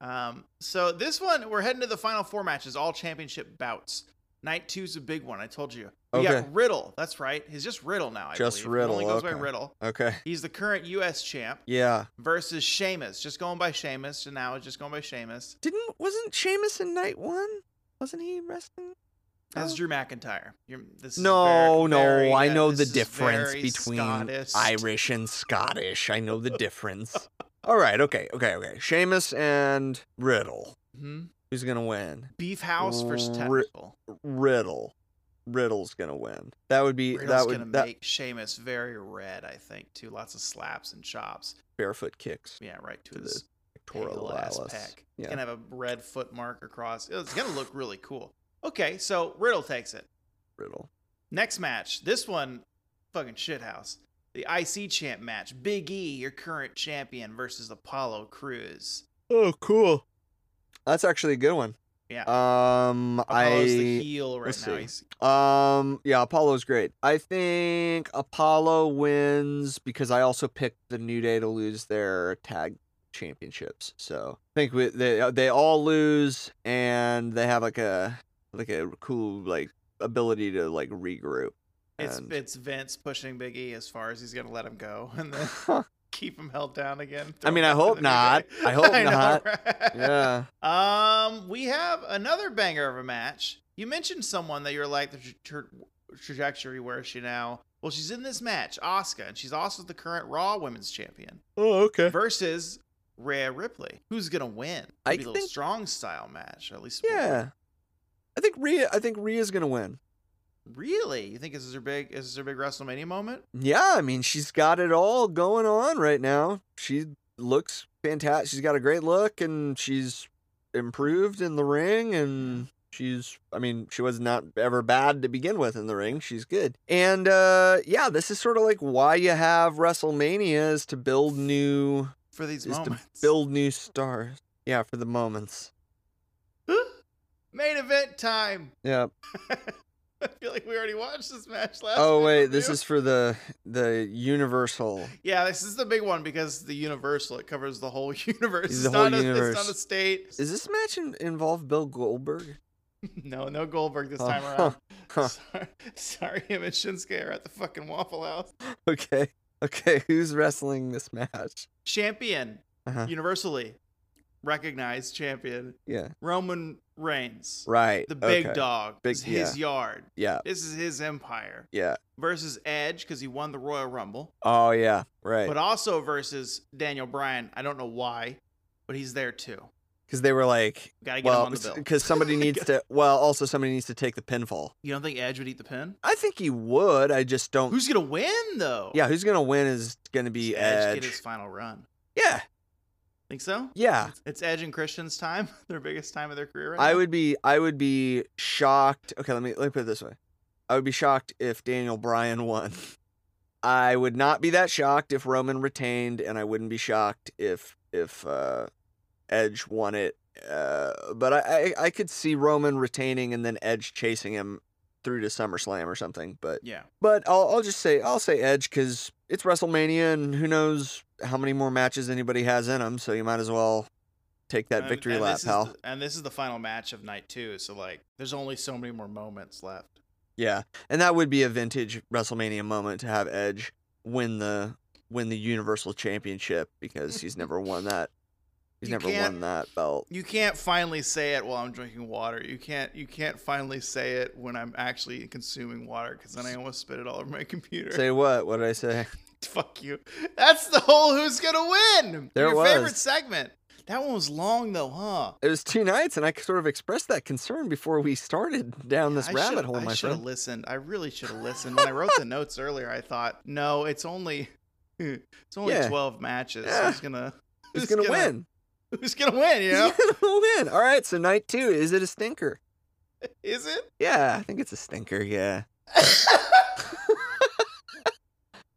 Speaker 1: Um. So this one, we're heading to the final four matches, all championship bouts. Night two's a big one. I told you. We
Speaker 2: Okay.
Speaker 1: got Riddle. That's right. He's just Riddle now. I
Speaker 2: Just
Speaker 1: believe. He only
Speaker 2: Riddle,
Speaker 1: goes by
Speaker 2: okay.
Speaker 1: Riddle.
Speaker 2: Okay.
Speaker 1: He's the current U.S. champ
Speaker 2: Yeah.
Speaker 1: versus Sheamus. Just going by Sheamus. So now it's just going by Sheamus.
Speaker 2: Didn't wasn't Sheamus in night one? Wasn't he wrestling?
Speaker 1: That's
Speaker 2: Oh.
Speaker 1: Drew McIntyre. You're, this is
Speaker 2: No,
Speaker 1: very-
Speaker 2: no,
Speaker 1: very,
Speaker 2: I
Speaker 1: uh,
Speaker 2: know
Speaker 1: this
Speaker 2: the
Speaker 1: is
Speaker 2: difference
Speaker 1: very
Speaker 2: between
Speaker 1: Scottish.
Speaker 2: Irish and Scottish. I know the difference. All right, okay, okay, okay. Sheamus and Riddle.
Speaker 1: Mhm.
Speaker 2: Who's gonna win?
Speaker 1: Beef House versus
Speaker 2: Ri-
Speaker 1: Technical.
Speaker 2: Riddle. Riddle's gonna win. That would be
Speaker 1: Riddle's
Speaker 2: that
Speaker 1: gonna
Speaker 2: would that
Speaker 1: make Sheamus very red, I think, too. Lots of slaps and chops.
Speaker 2: barefoot kicks.
Speaker 1: Yeah, right to
Speaker 2: To
Speaker 1: his
Speaker 2: Pectoral
Speaker 1: pectoral ass
Speaker 2: illus.
Speaker 1: peck. He's
Speaker 2: Yeah.
Speaker 1: gonna have a red foot mark across. It's gonna look really cool. Okay, so Riddle takes it.
Speaker 2: Riddle.
Speaker 1: Next match. This one, fucking shithouse. The IC champ match. Big E, your current champion, versus Apollo Cruz.
Speaker 2: Oh, cool. That's actually a good one.
Speaker 1: Yeah.
Speaker 2: Um,
Speaker 1: Apollo's
Speaker 2: I
Speaker 1: the heel right
Speaker 2: let's
Speaker 1: now.
Speaker 2: see.
Speaker 1: He's
Speaker 2: Um, yeah, Apollo's great. I think Apollo wins because I also picked the New Day to lose their tag championships. So I think we, they uh, they all lose, and they have like a like a cool like ability to like regroup.
Speaker 1: it's
Speaker 2: And-
Speaker 1: it's Vince pushing Big E as far as he's gonna let him go, and then keep him held down again.
Speaker 2: I mean,
Speaker 1: throw
Speaker 2: I
Speaker 1: him back to
Speaker 2: hope
Speaker 1: the New Day.
Speaker 2: not. I hope
Speaker 1: know,
Speaker 2: not.
Speaker 1: right?
Speaker 2: yeah.
Speaker 1: Um, we have another banger of a match. You mentioned someone that you're like the tra- tra- trajectory. Where is she now? Well, she's in this match, Oscar, and she's also the current Raw Women's Champion
Speaker 2: Oh, okay.
Speaker 1: versus Rhea Ripley. Who's gonna win? It'll
Speaker 2: I
Speaker 1: be a little
Speaker 2: think-
Speaker 1: strong style match, at least. one.
Speaker 2: Yeah. I think Rhea. I think Rhea's gonna win.
Speaker 1: Really? You think this is her big? Is this her big WrestleMania moment?
Speaker 2: Yeah, I mean, she's got it all going on right now. She looks fantastic. She's got a great look and she's improved in the ring and she's I mean, she was not ever bad to begin with in the ring. She's good. And uh yeah, this is sort of like why you have WrestleMania is to build new
Speaker 1: For these
Speaker 2: is to
Speaker 1: moments,
Speaker 2: build new stars. Yeah, for the moments.
Speaker 1: main event time.
Speaker 2: Yeah.
Speaker 1: I feel like we already watched this match last.
Speaker 2: Oh wait, this
Speaker 1: pay-per-view.
Speaker 2: is for the the universal.
Speaker 1: Yeah, this is the big one because the universal it covers the whole universe.
Speaker 2: It's
Speaker 1: It's,
Speaker 2: the whole
Speaker 1: not A,
Speaker 2: universe.
Speaker 1: it's not a state.
Speaker 2: Is this match in, involve Bill Goldberg?
Speaker 1: no, no Goldberg this
Speaker 2: Oh,
Speaker 1: time
Speaker 2: huh,
Speaker 1: around.
Speaker 2: huh.
Speaker 1: Sorry, sorry, him and Shinsuke are at the fucking Waffle House.
Speaker 2: Okay. Okay, who's wrestling this match?
Speaker 1: Champion,
Speaker 2: Uh-huh.
Speaker 1: universally recognized champion
Speaker 2: Yeah.
Speaker 1: Roman Reigns,
Speaker 2: Right.
Speaker 1: the big
Speaker 2: okay.
Speaker 1: dog.
Speaker 2: Big-
Speaker 1: It's his yard.
Speaker 2: Yeah.
Speaker 1: This is his empire
Speaker 2: Yeah.
Speaker 1: versus Edge because he won the Royal Rumble,
Speaker 2: Oh yeah. Right.
Speaker 1: but also versus Daniel Bryan. I don't know why, but he's there too.
Speaker 2: Because they were like,
Speaker 1: Gotta get him
Speaker 2: well,
Speaker 1: on the bill.
Speaker 2: because somebody needs to. Well, also somebody needs to take the pinfall.
Speaker 1: You don't think Edge would eat the pin?
Speaker 2: I think he would. I just don't.
Speaker 1: Who's gonna win though?
Speaker 2: yeah. Who's gonna win is gonna
Speaker 1: Does
Speaker 2: be
Speaker 1: Edge
Speaker 2: Edge.
Speaker 1: get his final run.
Speaker 2: yeah.
Speaker 1: Think so?
Speaker 2: Yeah.
Speaker 1: It's Edge and Christian's time, their biggest time of their career. Right
Speaker 2: I
Speaker 1: now?
Speaker 2: would be. I would be shocked. Okay. Let me. Let me put it this way. I would be shocked if Daniel Bryan won. I would not be that shocked if Roman retained, and I wouldn't be shocked if if uh, Edge won it. Uh, but I, I I could see Roman retaining and then Edge chasing him through to SummerSlam or something. But
Speaker 1: Yeah.
Speaker 2: but I'll I'll just say I'll say Edge because it's WrestleMania and who knows how many more matches anybody has in them. So you might as well take that
Speaker 1: And-
Speaker 2: victory
Speaker 1: and
Speaker 2: lap,
Speaker 1: this is
Speaker 2: pal.
Speaker 1: the- and this is the final match of night two, so like, there's only so many more moments left.
Speaker 2: Yeah, and that would be a vintage WrestleMania moment to have Edge win the win the Universal Championship because he's never won that. He's
Speaker 1: You
Speaker 2: never
Speaker 1: can't-
Speaker 2: won that belt.
Speaker 1: You can't finally say it while I'm drinking water. You can't. You can't finally say it when I'm actually consuming water because then I almost spit it all over my computer.
Speaker 2: Say what? What did I say?
Speaker 1: Fuck you. That's the whole who's gonna win.
Speaker 2: There it
Speaker 1: Your
Speaker 2: was.
Speaker 1: favorite segment. That one was long though, huh?
Speaker 2: It was two nights, and I sort of expressed that concern before we started down this
Speaker 1: I
Speaker 2: rabbit
Speaker 1: should-
Speaker 2: hole,
Speaker 1: I
Speaker 2: my
Speaker 1: should have
Speaker 2: friend.
Speaker 1: listened. I really should have listened. When I wrote the notes earlier, I thought, no, it's only it's only
Speaker 2: Yeah.
Speaker 1: twelve matches.
Speaker 2: Yeah.
Speaker 1: Who's gonna
Speaker 2: Who's gonna, win?
Speaker 1: Who's gonna win? You know?
Speaker 2: Who's gonna win? All right, so night two is it a stinker?
Speaker 1: Is it?
Speaker 2: Yeah, I think it's a stinker. Yeah,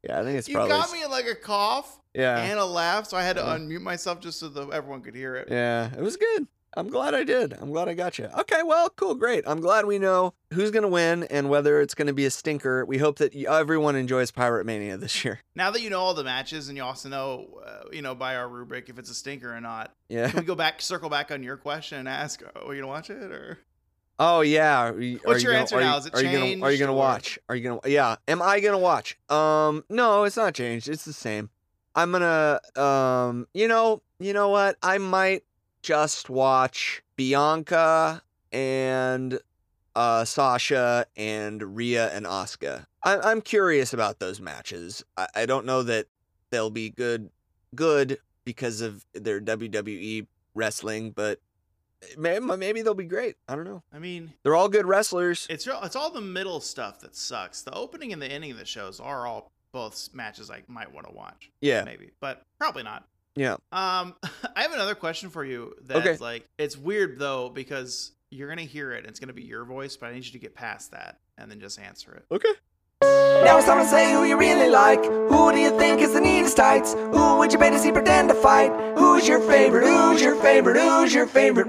Speaker 2: yeah, I think it's
Speaker 1: you
Speaker 2: probably.
Speaker 1: got me in like a cough
Speaker 2: Yeah,
Speaker 1: and a laugh, so I had to
Speaker 2: Yeah.
Speaker 1: unmute myself just so that everyone could hear it.
Speaker 2: yeah, it was good. I'm glad I did. I'm glad I got you. Okay, well, cool, great. I'm glad we know who's gonna win and whether it's gonna be a stinker. We hope that y- everyone enjoys Pirate Mania this year.
Speaker 1: Now that you know all the matches and you also know, uh, you know, by our rubric if it's a stinker or not,
Speaker 2: Yeah.
Speaker 1: can we go back, circle back on your question and ask, are you gonna watch it or?
Speaker 2: Oh yeah. Are you,
Speaker 1: What's
Speaker 2: are
Speaker 1: your
Speaker 2: you gonna,
Speaker 1: answer
Speaker 2: are
Speaker 1: now?
Speaker 2: You,
Speaker 1: Is it
Speaker 2: are you gonna Are you
Speaker 1: changed
Speaker 2: gonna
Speaker 1: or-
Speaker 2: watch? Are you gonna? Yeah. Am I gonna watch? Um. No, it's not changed. It's the same. I'm gonna. Um. You know. You know what? I might just watch Bianca and uh Sasha and Rhea and Asuka. I, I'm curious about those matches. I, I don't know that they'll be good. Good because of their WWE wrestling, but eh, may- maybe they'll be great. I don't know.
Speaker 1: I mean,
Speaker 2: They're all good wrestlers.
Speaker 1: It's real, it's all the middle stuff that sucks. The opening and the ending of the shows are all both s- matches I might want to watch,
Speaker 2: Yeah.
Speaker 1: maybe, but probably not.
Speaker 2: Yeah.
Speaker 1: Um, I have another question for you. That's
Speaker 2: Okay.
Speaker 1: like it's weird though because you're gonna hear it. And it's gonna be your voice, but I need you to get past that and then just answer it.
Speaker 2: Okay.
Speaker 3: Now it's time to say who you really like. Who do you think is the neatest tights? Who would you better see pretend to fight? Who's your favorite? Who's your favorite? Who's your favorite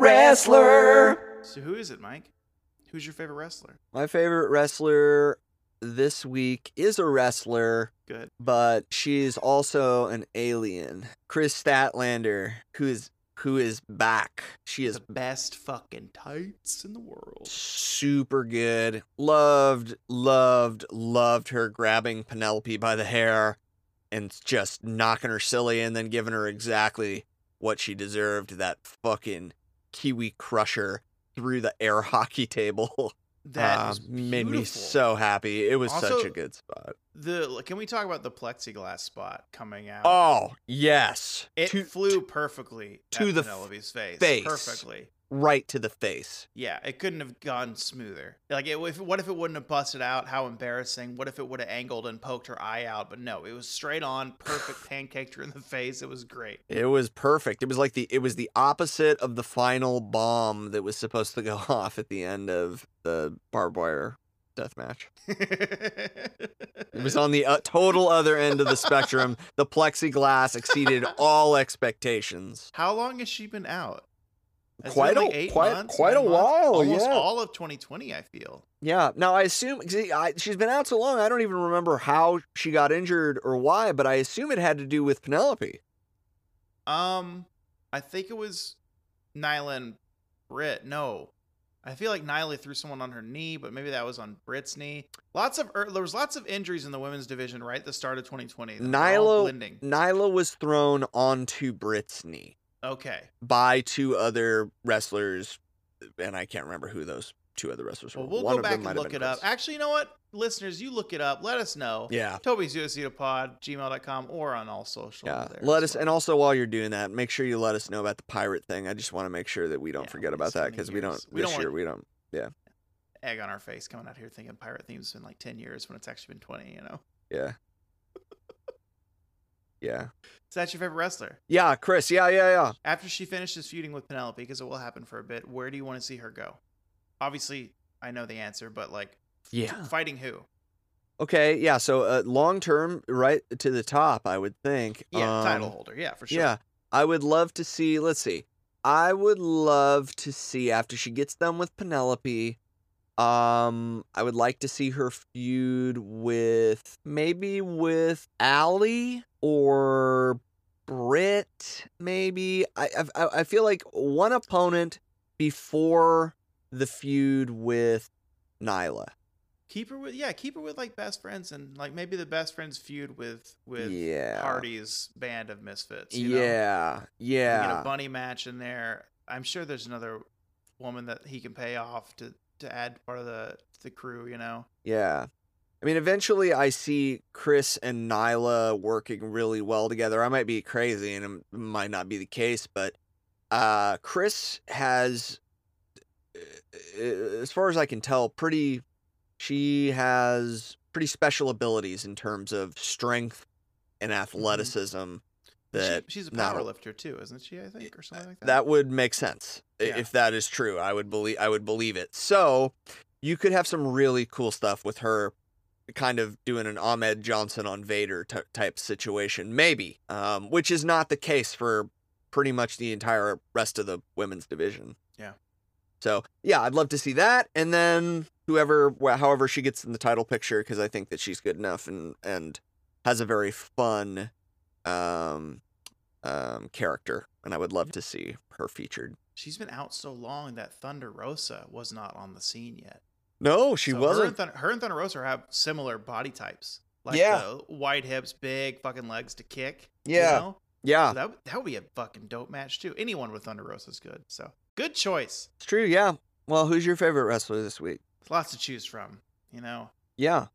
Speaker 3: wrestler?
Speaker 1: So who is it, Mike? Who's your favorite wrestler?
Speaker 2: My favorite wrestler this week is a wrestler,
Speaker 1: Good.
Speaker 2: but she's also an alien. Chris Statlander, who is who is back. She is
Speaker 1: The best fucking tights in the world.
Speaker 2: super good. Loved, loved, loved her grabbing Penelope by the hair and just knocking her silly and then giving her exactly what she deserved that fucking kiwi crusher through the air hockey table.
Speaker 1: That
Speaker 2: Uh,
Speaker 1: is
Speaker 2: made me
Speaker 1: beautiful.
Speaker 2: so happy. It was such
Speaker 1: Also-
Speaker 2: a good spot.
Speaker 1: The can we talk about the plexiglass spot coming out?
Speaker 2: Oh, yes.
Speaker 1: It
Speaker 2: To-
Speaker 1: flew perfectly
Speaker 2: to
Speaker 1: at
Speaker 2: the
Speaker 1: Penelope's face.
Speaker 2: face.
Speaker 1: Perfectly.
Speaker 2: right to the face.
Speaker 1: Yeah, it couldn't have gone smoother. Like, it, if, what if it wouldn't have busted out? How embarrassing! What if it would have angled and poked her eye out? But no, it was straight on, perfect, pancaked her in the face. It was great.
Speaker 2: It was perfect. It was like the it was the opposite of the final bomb that was supposed to go off at the end of the barbed wire death match. It
Speaker 1: it
Speaker 2: was on the uh, total other end of the spectrum. The plexiglass exceeded all expectations.
Speaker 1: How long has she been out? Has it
Speaker 2: Quite
Speaker 1: been
Speaker 2: a- quite- quite
Speaker 1: nine
Speaker 2: a while,
Speaker 1: Almost
Speaker 2: yeah.
Speaker 1: all of 2020, I feel.
Speaker 2: Yeah. Now I assume see, I, she's been out so long. I don't even remember how she got injured or why, but I assume it had to do with Penelope.
Speaker 1: Um, I think it was Nyla and Britt. No, I feel like Nyla threw someone on her knee, but maybe that was on Britt's knee. Lots of er, there was lots of injuries in the women's division right at the start of 2020. They were all
Speaker 2: Nyla-
Speaker 1: blending.
Speaker 2: Nyla was thrown onto Britt's knee
Speaker 1: Okay,
Speaker 2: by two other wrestlers, and I can't remember who those two other wrestlers were.
Speaker 1: well we'll
Speaker 2: One
Speaker 1: go
Speaker 2: of them
Speaker 1: back and
Speaker 2: might have
Speaker 1: look it
Speaker 2: been
Speaker 1: up.
Speaker 2: Chris.
Speaker 1: Actually, you know what, listeners, you look it up. Let us know.
Speaker 2: Yeah.
Speaker 1: Toby's USC pod, gmail.com, or on all social.
Speaker 2: Yeah.
Speaker 1: there
Speaker 2: Let
Speaker 1: as
Speaker 2: us, and
Speaker 1: well.
Speaker 2: also while you're doing that, make sure you let us know about the pirate thing. I just want to make sure that we don't
Speaker 1: Yeah,
Speaker 2: forget
Speaker 1: we
Speaker 2: about
Speaker 1: still
Speaker 2: that
Speaker 1: need
Speaker 2: because we
Speaker 1: yours.
Speaker 2: don't
Speaker 1: We don't
Speaker 2: this
Speaker 1: want-
Speaker 2: year. We don't.
Speaker 1: egg on our face coming out here thinking pirate theme's been like 10 years when it's actually been 20. You know,
Speaker 2: Yeah. Yeah.
Speaker 1: is that your favorite wrestler?
Speaker 2: Yeah, Chris. Yeah, yeah, yeah.
Speaker 1: after she finishes feuding with Penelope, because it will happen for a bit, where do you want to see her go? Obviously, I know the answer, but like,
Speaker 2: Yeah.
Speaker 1: fighting who?
Speaker 2: Okay. Yeah. So uh, long term, right to the top, I would think.
Speaker 1: Yeah,
Speaker 2: Um,
Speaker 1: title holder. Yeah, for sure.
Speaker 2: Yeah. I would love to see, let's see. I would love to see after she gets done with Penelope. Um, I would like to see her feud with maybe with Allie or Britt, maybe. I I've- I I feel like one opponent before the feud with Nyla.
Speaker 1: Keep her with yeah, keep her with like best friends and like maybe the best friends feud with with
Speaker 2: yeah.
Speaker 1: Hardy's band of misfits. You know?
Speaker 2: yeah.
Speaker 1: We
Speaker 2: Yeah.
Speaker 1: Get a bunny match in there. I'm sure there's another woman that he can pay off to to add part of the the crew. You know.
Speaker 2: Yeah. I mean, eventually I see Chris and Nyla working really well together. I might be crazy and it might not be the case, but Uh, Chris has, uh, as far as I can tell, pretty. She has pretty special abilities in terms of strength and athleticism.
Speaker 1: She-
Speaker 2: That
Speaker 1: she's a
Speaker 2: not
Speaker 1: power
Speaker 2: a-
Speaker 1: lifter too, isn't she? I think, or something like that.
Speaker 2: that would make sense i-
Speaker 1: Yeah.
Speaker 2: if that is true. I would believe I would believe it. So you could have some really cool stuff with her, kind of doing an Ahmed Johnson on Vader t- type situation, maybe, um, which is not the case for pretty much the entire rest of the women's division.
Speaker 1: Yeah.
Speaker 2: So yeah, I'd love to see that, and then whoever, wh- however she gets in the title picture, because I think that she's good enough and and has a very fun um, um, character, and I would love to see her featured.
Speaker 1: she's been out so long that Thunder Rosa was not on the scene yet.
Speaker 2: No, she
Speaker 1: So Her and,
Speaker 2: wasn't.
Speaker 1: Thunder, her and Thunder Rosa have similar body types. Like
Speaker 2: Yeah.
Speaker 1: the wide hips, big fucking legs to kick.
Speaker 2: Yeah.
Speaker 1: You know?
Speaker 2: yeah,
Speaker 1: So that, would- that would be a fucking dope match too. Anyone with Thunder Rosa is good. So good choice.
Speaker 2: it's true. Yeah. Well, who's your favorite wrestler this week?
Speaker 1: There's lots to choose from, you know.
Speaker 2: Yeah.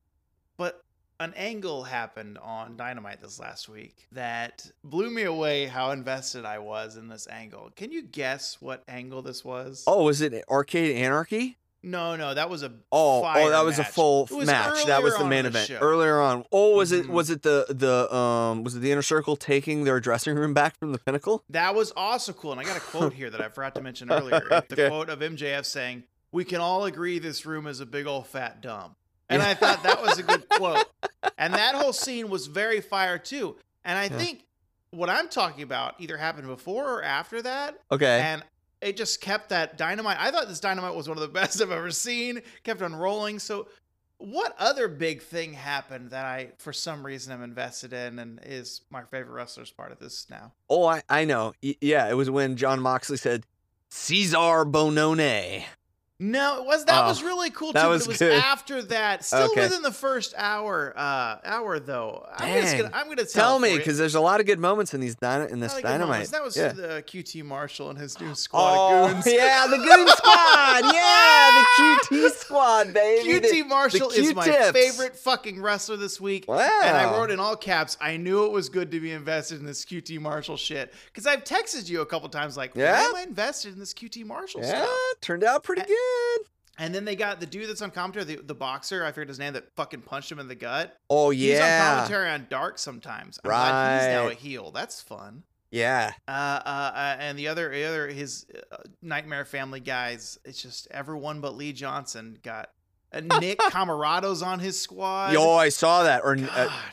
Speaker 1: But an angle happened on Dynamite this last week that blew me away how invested I was in this angle. Can you guess what angle this was?
Speaker 2: Oh, was it Arcade Anarchy?
Speaker 1: no, no, that was a
Speaker 2: Oh, oh,
Speaker 1: fire
Speaker 2: that was a
Speaker 1: match.
Speaker 2: full
Speaker 1: It was
Speaker 2: match. That
Speaker 1: earlier
Speaker 2: was the
Speaker 1: on in
Speaker 2: main
Speaker 1: the
Speaker 2: event
Speaker 1: show.
Speaker 2: earlier on. Oh, was
Speaker 1: Mhm.
Speaker 2: it was it the the um was it the inner circle taking their dressing room back from the pinnacle?
Speaker 1: That was also cool. And I got a quote here that I forgot to mention earlier. The
Speaker 2: Okay.
Speaker 1: quote of MJF saying, We can all agree this room is a big old fat dump. And I thought that was a good quote. And that whole scene was very fire too. And I
Speaker 2: Yeah.
Speaker 1: think what I'm talking about either happened before or after that.
Speaker 2: Okay.
Speaker 1: And it just kept that dynamite. I thought this dynamite was one of the best I've ever seen. Kept on rolling. So what other big thing happened that I for some reason I'm invested in and is my favorite wrestler's part of this now?
Speaker 2: Oh, I I know. Y- yeah, it was when John Moxley said Cesar Bonone.
Speaker 1: No, it was that
Speaker 2: Oh,
Speaker 1: was really cool
Speaker 2: that
Speaker 1: too.
Speaker 2: was
Speaker 1: but it was
Speaker 2: good.
Speaker 1: after that, still
Speaker 2: Okay.
Speaker 1: within the first hour uh hour though. I'm just
Speaker 2: Dang.
Speaker 1: gonna I'm gonna
Speaker 2: Tell
Speaker 1: tell,
Speaker 2: me,
Speaker 1: for you.
Speaker 2: because there's a lot of good moments in these dyna- in this
Speaker 1: Not like the
Speaker 2: dynamite.
Speaker 1: moments. That was
Speaker 2: yeah.
Speaker 1: the QT Marshall and his new squad
Speaker 2: Oh,
Speaker 1: of goons.
Speaker 2: yeah, the Goon Squad. Yeah, the QT Squad, baby. The-
Speaker 1: QT Marshall is my
Speaker 2: Q-tips.
Speaker 1: favorite fucking wrestler this week.
Speaker 2: Wow.
Speaker 1: And I wrote in all caps, I knew it was good to be invested in this QT Marshall shit. Because I've texted you a couple times, like, why
Speaker 2: Yeah?
Speaker 1: am I invested in this QT Marshall
Speaker 2: Yeah,
Speaker 1: stuff?
Speaker 2: turned out pretty
Speaker 1: Uh,
Speaker 2: good.
Speaker 1: And then they got the dude that's on commentary, the, the boxer, I forget his name, that fucking punched him in the gut.
Speaker 2: Oh
Speaker 1: He's on
Speaker 2: yeah,
Speaker 1: commentary on Dark sometimes. I'm glad he's now
Speaker 2: Right.
Speaker 1: a heel. That's fun.
Speaker 2: yeah.
Speaker 1: Uh, uh, uh, and the other, the other his uh, Nightmare Family guys. It's just everyone but Lee Johnson got uh, Nick Camarado's on his squad.
Speaker 2: Yo, I saw that. Or uh,
Speaker 1: God,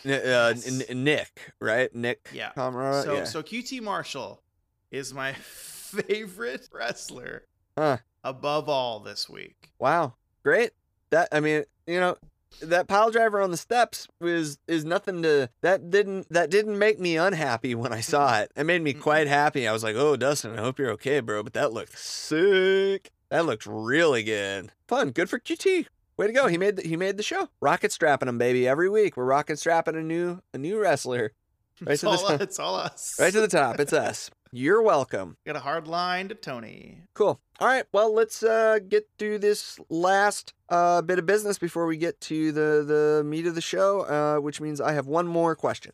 Speaker 2: n- uh,
Speaker 1: yes.
Speaker 2: n- Nick, right? Nick.
Speaker 1: Yeah.
Speaker 2: Comrade.
Speaker 1: so
Speaker 2: uh, yeah.
Speaker 1: so QT Marshall is my favorite wrestler
Speaker 2: Huh.
Speaker 1: above all this week.
Speaker 2: Wow, great. That I mean, you know, that pile driver on the steps was is nothing to that didn't that didn't make me unhappy when I saw it. It made me
Speaker 1: Mm-mm.
Speaker 2: quite happy. I was like, "Oh, Dustin, I hope you're okay, bro." But that looked sick. That looked really good. Fun. Good for QT. Way to go. He made the, he made the show. Rocket strapping him, baby. Every week we're rocket strapping a new a new wrestler Right
Speaker 1: it's,
Speaker 2: to the
Speaker 1: all,
Speaker 2: top.
Speaker 1: it's all us.
Speaker 2: right to the top. It's us. You're welcome.
Speaker 1: Got a hard line to Tony.
Speaker 2: Cool. All right. Well, let's uh, get through this last uh, bit of business before we get to the, the meat of the show, uh, which means I have one more question.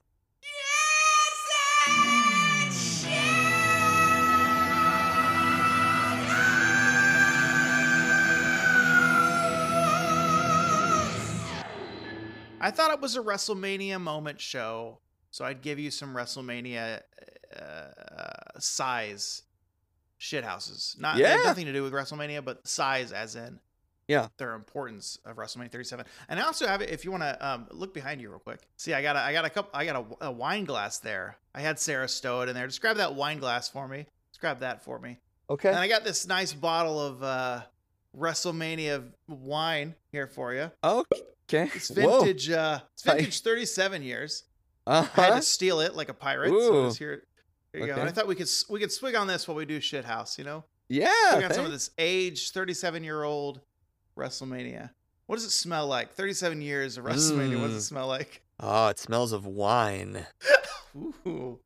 Speaker 1: I thought it was a WrestleMania moment show, so I'd give you some WrestleMania uh, uh, size shithouses. Not they have
Speaker 2: Yeah.
Speaker 1: nothing to do with WrestleMania, but size as in
Speaker 2: Yeah.
Speaker 1: their importance of WrestleMania 37. And I also have it if you want to um, look behind you real quick. See, I got a, I got a couple I got a, a wine glass there. I had Sarah Stow it in there. Just grab that wine glass for me. Just grab that for me.
Speaker 2: Okay.
Speaker 1: And I got this nice bottle of uh, WrestleMania wine here for you.
Speaker 2: Okay.
Speaker 1: It's
Speaker 2: Whoa.
Speaker 1: vintage. Uh, it's
Speaker 2: I-
Speaker 1: vintage. Thirty-seven years. I had
Speaker 2: Uh-huh.
Speaker 1: to steal it like a pirate. So it's here. Here you go. And I
Speaker 2: Okay.
Speaker 1: thought we could s- we could swig on this while we do shit house. You know,
Speaker 2: Yeah.
Speaker 1: swig on some of
Speaker 2: thanks.
Speaker 1: this age thirty-seven year old WrestleMania. What does it smell like? Thirty-seven years of WrestleMania. What does it
Speaker 2: Mm.
Speaker 1: smell like?
Speaker 2: Oh, it smells of wine.
Speaker 1: Ooh.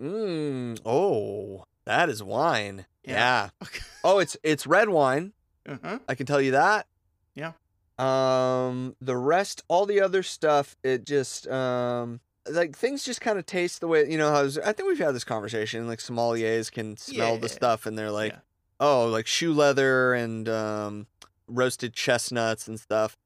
Speaker 2: Mmm. Oh, that is wine.
Speaker 1: Yeah.
Speaker 2: Yeah.
Speaker 1: Okay.
Speaker 2: Oh, it's it's red wine.
Speaker 1: Uh-huh.
Speaker 2: I can tell you that.
Speaker 1: Yeah.
Speaker 2: Um, the rest, all the other stuff, it just um, like things just kind of taste the way you know. I, was, I think we've had this conversation. Like sommeliers can smell the
Speaker 1: Yeah.
Speaker 2: stuff, and they're like,
Speaker 1: Yeah.
Speaker 2: oh, like shoe leather and um, roasted chestnuts and stuff.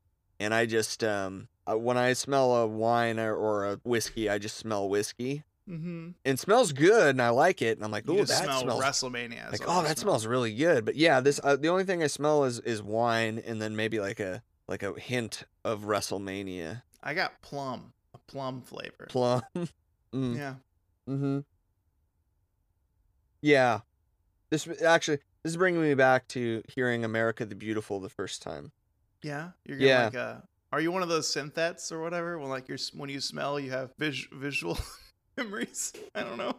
Speaker 2: And I just um, uh, when I smell a wine or, or a whiskey, I just smell whiskey.
Speaker 1: Mm-hmm.
Speaker 2: It smells good, and I like it. And I'm like,
Speaker 1: You
Speaker 2: oh,
Speaker 1: just
Speaker 2: that
Speaker 1: smell
Speaker 2: smells
Speaker 1: WrestleMania. is
Speaker 2: like
Speaker 1: what
Speaker 2: oh
Speaker 1: you
Speaker 2: that
Speaker 1: smell.
Speaker 2: smells really good but yeah this uh, the only thing i smell is is wine and then maybe like a like a hint of wrestlemania
Speaker 1: I got plum, a plum flavor.
Speaker 2: plum mm,
Speaker 1: Yeah.
Speaker 2: mm-hmm yeah this actually this is bringing me back to hearing america the beautiful the first time
Speaker 1: Yeah. You're getting
Speaker 2: Yeah.
Speaker 1: like a. Are you one of those synthets or whatever? When like you're s- when you smell, you have vis- visual memories. I don't know.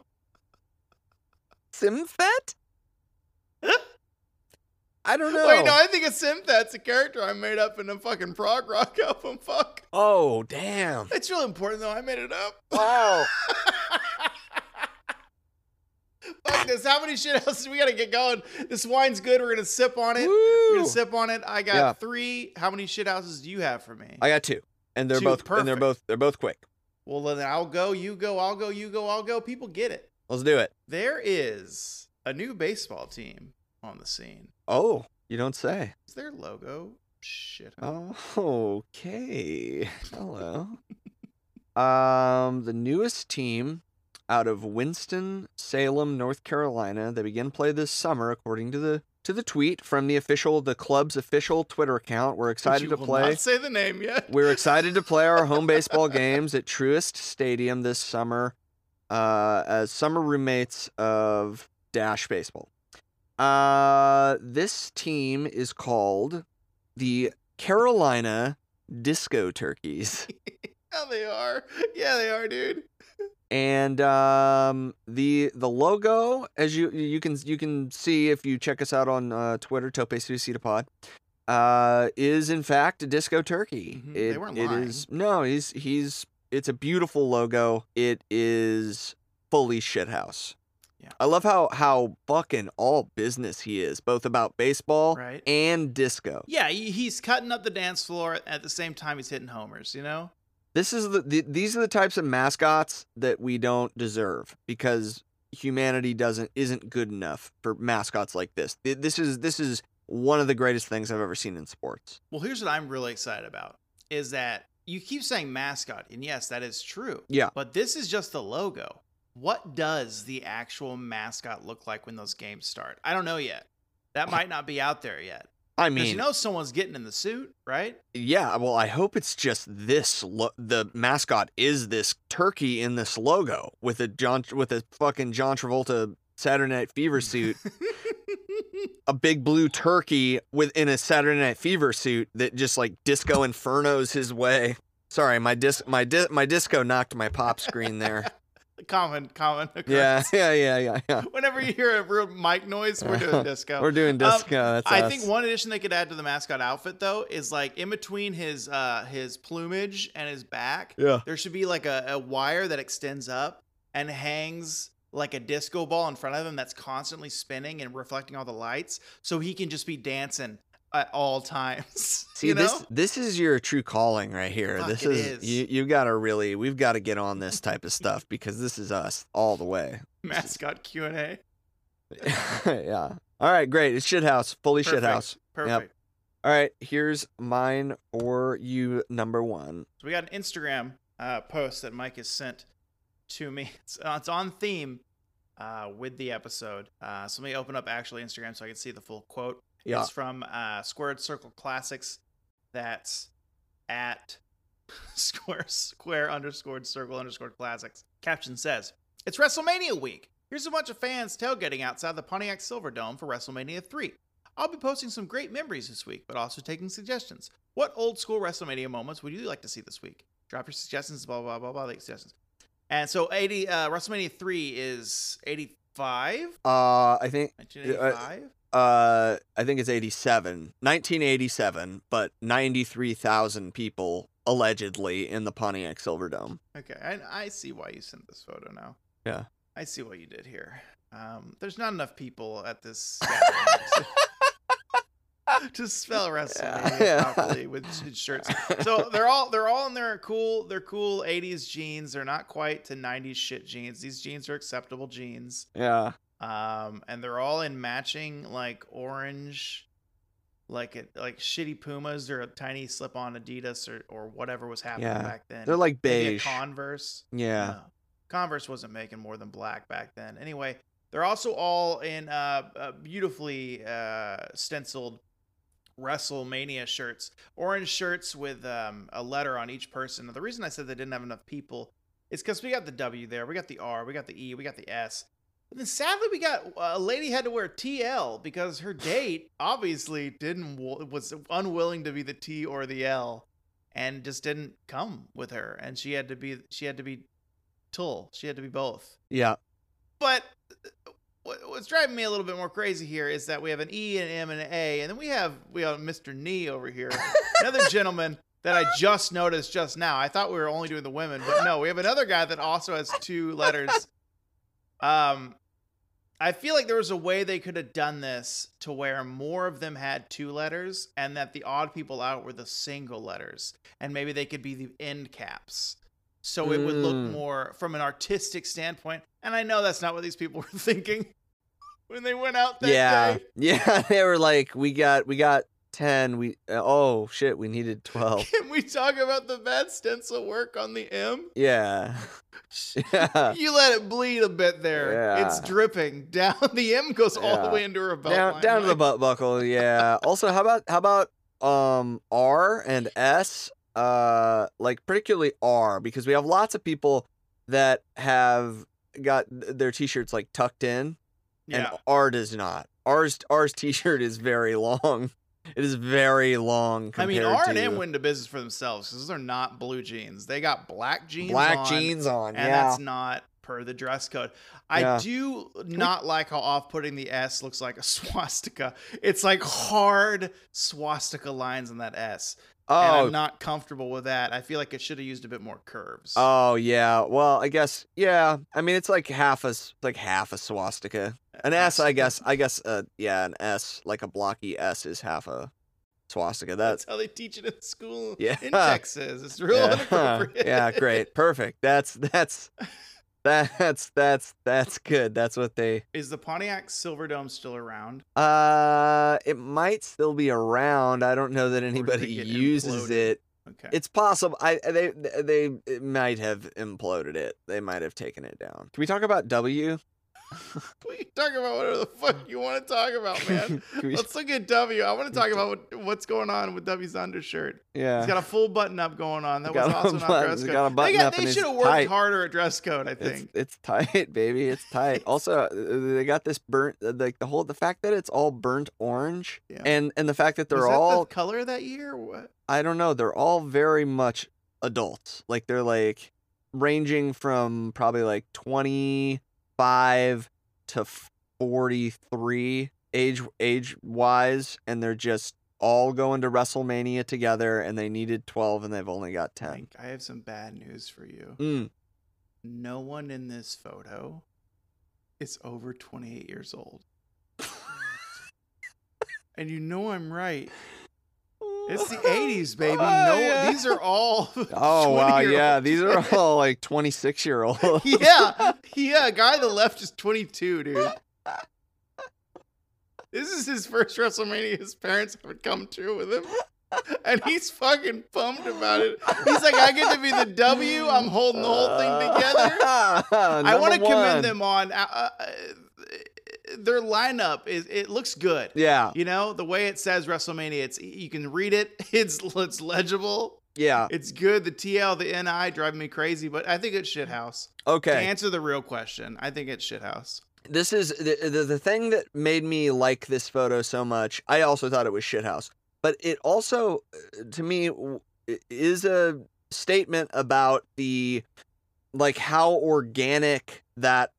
Speaker 2: simfet i don't know
Speaker 1: Wait, no, I think a synthet's a character I made up in a fucking prog rock album. Fuck.
Speaker 2: oh damn
Speaker 1: It's really important though. I made it up.
Speaker 2: wow
Speaker 1: Fuck this. How many shit houses we gotta get going? This wine's good. We're gonna sip on it. We're
Speaker 2: Woo!
Speaker 1: gonna sip on it. I got
Speaker 2: Yeah.
Speaker 1: three. How many shit houses do you have for me?
Speaker 2: i got two and they're
Speaker 1: Two,
Speaker 2: both and they're
Speaker 1: perfect.
Speaker 2: both they're both quick
Speaker 1: well, then I'll go. You go. I'll go. You go. I'll go. People get it.
Speaker 2: let's do it
Speaker 1: There is a new baseball team on the scene.
Speaker 2: oh you don't say
Speaker 1: Is their logo shit?
Speaker 2: Oh, okay. Hello. um, the newest team out of Winston Salem, North Carolina. They begin play this summer, according to the to the tweet from the official the club's official Twitter account. We're excited
Speaker 1: You
Speaker 2: to
Speaker 1: will
Speaker 2: play.
Speaker 1: Not say the name yet.
Speaker 2: We're excited to play our home baseball games at Truist Stadium this summer uh, as summer roommates of Dash Baseball. Uh, this team is called the Carolina Disco Turkeys.
Speaker 1: Yeah, they are. Yeah, they are, dude.
Speaker 2: And um, the the logo, as you you can you can see if you check us out on uh, Twitter, Tope Suicida Pod, uh, is in fact a disco turkey.
Speaker 1: Mhm, they
Speaker 2: It,
Speaker 1: weren't
Speaker 2: it is no, he's he's it's a beautiful logo. It is fully shithouse.
Speaker 1: Yeah.
Speaker 2: I love how how fucking all business he is, both about baseball
Speaker 1: Right.
Speaker 2: and disco.
Speaker 1: Yeah, he- he's cutting up the dance floor at the same time he's hitting homers. You know.
Speaker 2: This is the, the these are the types of mascots that we don't deserve because humanity doesn't isn't good enough for mascots like this. Th- This is this is one of the greatest things I've ever seen in sports.
Speaker 1: Well, here's what I'm really excited about is that you keep saying mascot, and yes, that is true.
Speaker 2: Yeah.
Speaker 1: But this is just the logo. What does the actual mascot look like when those games start? I don't know yet. That might not be out there yet.
Speaker 2: I
Speaker 1: Because
Speaker 2: mean,
Speaker 1: you know someone's getting in the suit, right?
Speaker 2: yeah. Well, I hope it's just this. Lo- the mascot is this turkey in this logo with a John with a fucking John Travolta Saturday Night Fever suit, a big blue turkey within a Saturday Night Fever suit that just like disco infernos his way. Sorry, my dis my di- my disco knocked my pop screen there.
Speaker 1: common, common.
Speaker 2: yeah,
Speaker 1: occurrence.
Speaker 2: yeah, yeah, yeah, yeah.
Speaker 1: Whenever you hear a real mic noise, we're doing disco.
Speaker 2: We're doing disco. that's
Speaker 1: Um, I
Speaker 2: us.
Speaker 1: think one addition they could add to the mascot outfit though is like in between his uh his plumage and his back,
Speaker 2: Yeah.
Speaker 1: there should be like a, a wire that extends up and hangs like a disco ball in front of him that's constantly spinning and reflecting all the lights, so he can just be dancing at all times.
Speaker 2: See
Speaker 1: you know?
Speaker 2: this this is your true calling right here.
Speaker 1: Fuck,
Speaker 2: this
Speaker 1: it
Speaker 2: is,
Speaker 1: is.
Speaker 2: you you got to really we've got to get on this type of stuff because this is us all the way.
Speaker 1: mascot Q and A.
Speaker 2: yeah. All right, great. It's shithouse, fully
Speaker 1: Perfect.
Speaker 2: shithouse.
Speaker 1: Perfect.
Speaker 2: All right, here's mine for you number 1.
Speaker 1: So we got an Instagram uh, post that Mike has sent to me. It's, uh, it's on theme uh, with the episode. Uh, so let me open up actually Instagram so I can see the full quote.
Speaker 2: Yeah.
Speaker 1: It's from uh, Squared Circle Classics. That's at square square underscored circle underscored classics. Caption says, It's WrestleMania week. Here's a bunch of fans tailgating outside the Pontiac Silverdome for WrestleMania 3. I'll be posting some great memories this week, but also taking suggestions. What old school WrestleMania moments would you like to see this week? Drop your suggestions, blah, blah, blah, blah, like suggestions. And so 80, uh, WrestleMania 3 is 85?
Speaker 2: Uh I think
Speaker 1: 1985?
Speaker 2: uh I think it's 87, 1987, but 93,000 people allegedly in the Pontiac Silverdome.
Speaker 1: Okay, I, I see why you sent this photo now.
Speaker 2: Yeah.
Speaker 1: I see what you did here. Um, there's not enough people at this. gathering. to spell WrestleMania
Speaker 2: Yeah.
Speaker 1: properly with sh- shirts. So they're all they're all in their cool they're cool 80s jeans. They're not quite to 90s shit jeans. These jeans are acceptable jeans.
Speaker 2: yeah.
Speaker 1: Um, and they're all in matching like orange, like it like shitty Pumas or a tiny slip on Adidas or or whatever was happening
Speaker 2: Yeah.
Speaker 1: back then.
Speaker 2: They're like
Speaker 1: Maybe a
Speaker 2: beige.
Speaker 1: Converse.
Speaker 2: yeah.
Speaker 1: No. um, Converse wasn't making more than black back then. Anyway, they're also all in uh, uh, beautifully uh, stenciled WrestleMania shirts, orange shirts with um, a letter on each person. And the reason I said they didn't have enough people is because we got the W there, we got the R, we got the E, we got the S. But then sadly, we got uh, a lady had to wear TL because her date obviously didn't wa- was unwilling to be the T or the L, and just didn't come with her, and she had to be she had to be Tull. She had to be both.
Speaker 2: Yeah.
Speaker 1: But uh, what- what's driving me a little bit more crazy here is that we have an E and an M and an A, and then we have we have Mr. Knee over here, another gentleman that I just noticed just now. I thought we were only doing the women, but no, we have another guy that also has two letters. Um, I feel like there was a way they could have done this to where more of them had two letters, and that the odd people out were the single letters, and maybe they could be the end caps. So it would look
Speaker 2: Mm.
Speaker 1: more from an artistic standpoint. And I know that's not what these people were thinking when they went out that
Speaker 2: yeah.
Speaker 1: day.
Speaker 2: Yeah. They were like, we got, we got 10. We, uh, oh shit, we needed 12.
Speaker 1: Can we talk about the bad stencil work on the M?
Speaker 2: yeah. yeah.
Speaker 1: You let it bleed a bit there. It's
Speaker 2: Uh. Yeah.
Speaker 1: dripping down. The M goes all the
Speaker 2: Yeah.
Speaker 1: way into her belt.
Speaker 2: Down,
Speaker 1: line,
Speaker 2: down to the
Speaker 1: like-
Speaker 2: butt buckle. Yeah. also, how about, how about, um, R and S, uh, like particularly R, because we have lots of people that have got their t-shirts like tucked in.
Speaker 1: Yeah.
Speaker 2: and R does not. Ours ours t-shirt is very long. It is very long.
Speaker 1: I mean,
Speaker 2: compared
Speaker 1: R and
Speaker 2: to
Speaker 1: M went into business for themselves because they're not blue jeans. They got black jeans.
Speaker 2: black
Speaker 1: on,
Speaker 2: jeans on.
Speaker 1: and
Speaker 2: yeah,
Speaker 1: that's not per the dress code. I
Speaker 2: Yeah.
Speaker 1: do not like how off-putting the S looks like a swastika. It's like hard swastika lines on that S, and
Speaker 2: oh
Speaker 1: I'm not comfortable with that. I feel like it should have used a bit more curves.
Speaker 2: oh yeah. Well, I guess yeah. I mean, it's like half a s- like half a swastika. An S, I guess. I guess. Uh, yeah, an S like a blocky S is half a swastika. That's
Speaker 1: That's how they teach it in school
Speaker 2: Yeah.
Speaker 1: in Texas. It's real
Speaker 2: yeah.
Speaker 1: inappropriate.
Speaker 2: yeah, great, perfect. That's that's that's that's that's good. That's what they
Speaker 1: Is the Pontiac Silverdome still around?
Speaker 2: Uh, it might still be around. I don't know that
Speaker 1: did it
Speaker 2: anybody
Speaker 1: get
Speaker 2: uses
Speaker 1: imploded?
Speaker 2: it.
Speaker 1: Okay.
Speaker 2: It's possible. I they they it might have imploded it. They might have taken it down. Can we talk about W?
Speaker 1: We can talk about whatever the fuck you want to talk about, Oh, man.
Speaker 2: Can we-
Speaker 1: Let's look at W. I want to talk about what, what's going on with W's undershirt.
Speaker 2: yeah.
Speaker 1: He's got a full button up going on. That
Speaker 2: Got
Speaker 1: was
Speaker 2: a
Speaker 1: also not
Speaker 2: button-
Speaker 1: dress
Speaker 2: he's
Speaker 1: code.
Speaker 2: got a button
Speaker 1: they
Speaker 2: up and
Speaker 1: they
Speaker 2: he's
Speaker 1: should have worked
Speaker 2: tight.
Speaker 1: harder at dress code, I think.
Speaker 2: It's, it's tight, baby. It's tight. also, uh, they got this burnt uh, like the whole the fact that it's all burnt orange,
Speaker 1: Yeah.
Speaker 2: and and the fact that
Speaker 1: Was
Speaker 2: they're
Speaker 1: that
Speaker 2: all
Speaker 1: the color that year? or What?
Speaker 2: I don't know. They're all very much adults. Like they're like ranging from probably like 25 to 43 age age wise and they're just all going to WrestleMania together and they needed 12 and they've only got 10.
Speaker 1: Hank, I have some bad news for you.
Speaker 2: Mm.
Speaker 1: No one in this photo is over 28 years old. and you know I'm right. It's the 80s, baby. No,
Speaker 2: Oh, yeah.
Speaker 1: these are all.
Speaker 2: Oh wow,
Speaker 1: 20-year-old
Speaker 2: yeah, these are all like 26 year olds.
Speaker 1: yeah, yeah. Guy on the left is 22, dude. This is his first WrestleMania his parents haven't come to with him. And he's fucking pumped about it. He's like, I get to be the W. I'm holding the whole
Speaker 2: Uh.
Speaker 1: thing together. I want to commend them on uh, uh, their lineup. Is it looks good?
Speaker 2: Yeah,
Speaker 1: You know the way it says WrestleMania. It's you can read it. It's it's legible.
Speaker 2: yeah.
Speaker 1: It's good. The TL, the NI driving me crazy, but I think it's shit house.
Speaker 2: Okay.
Speaker 1: To answer the real question, I think it's shithouse.
Speaker 2: this is the, the the thing that made me like this photo so much. I also thought it was shithouse, but it also uh, to me w- is a statement about the like how organic that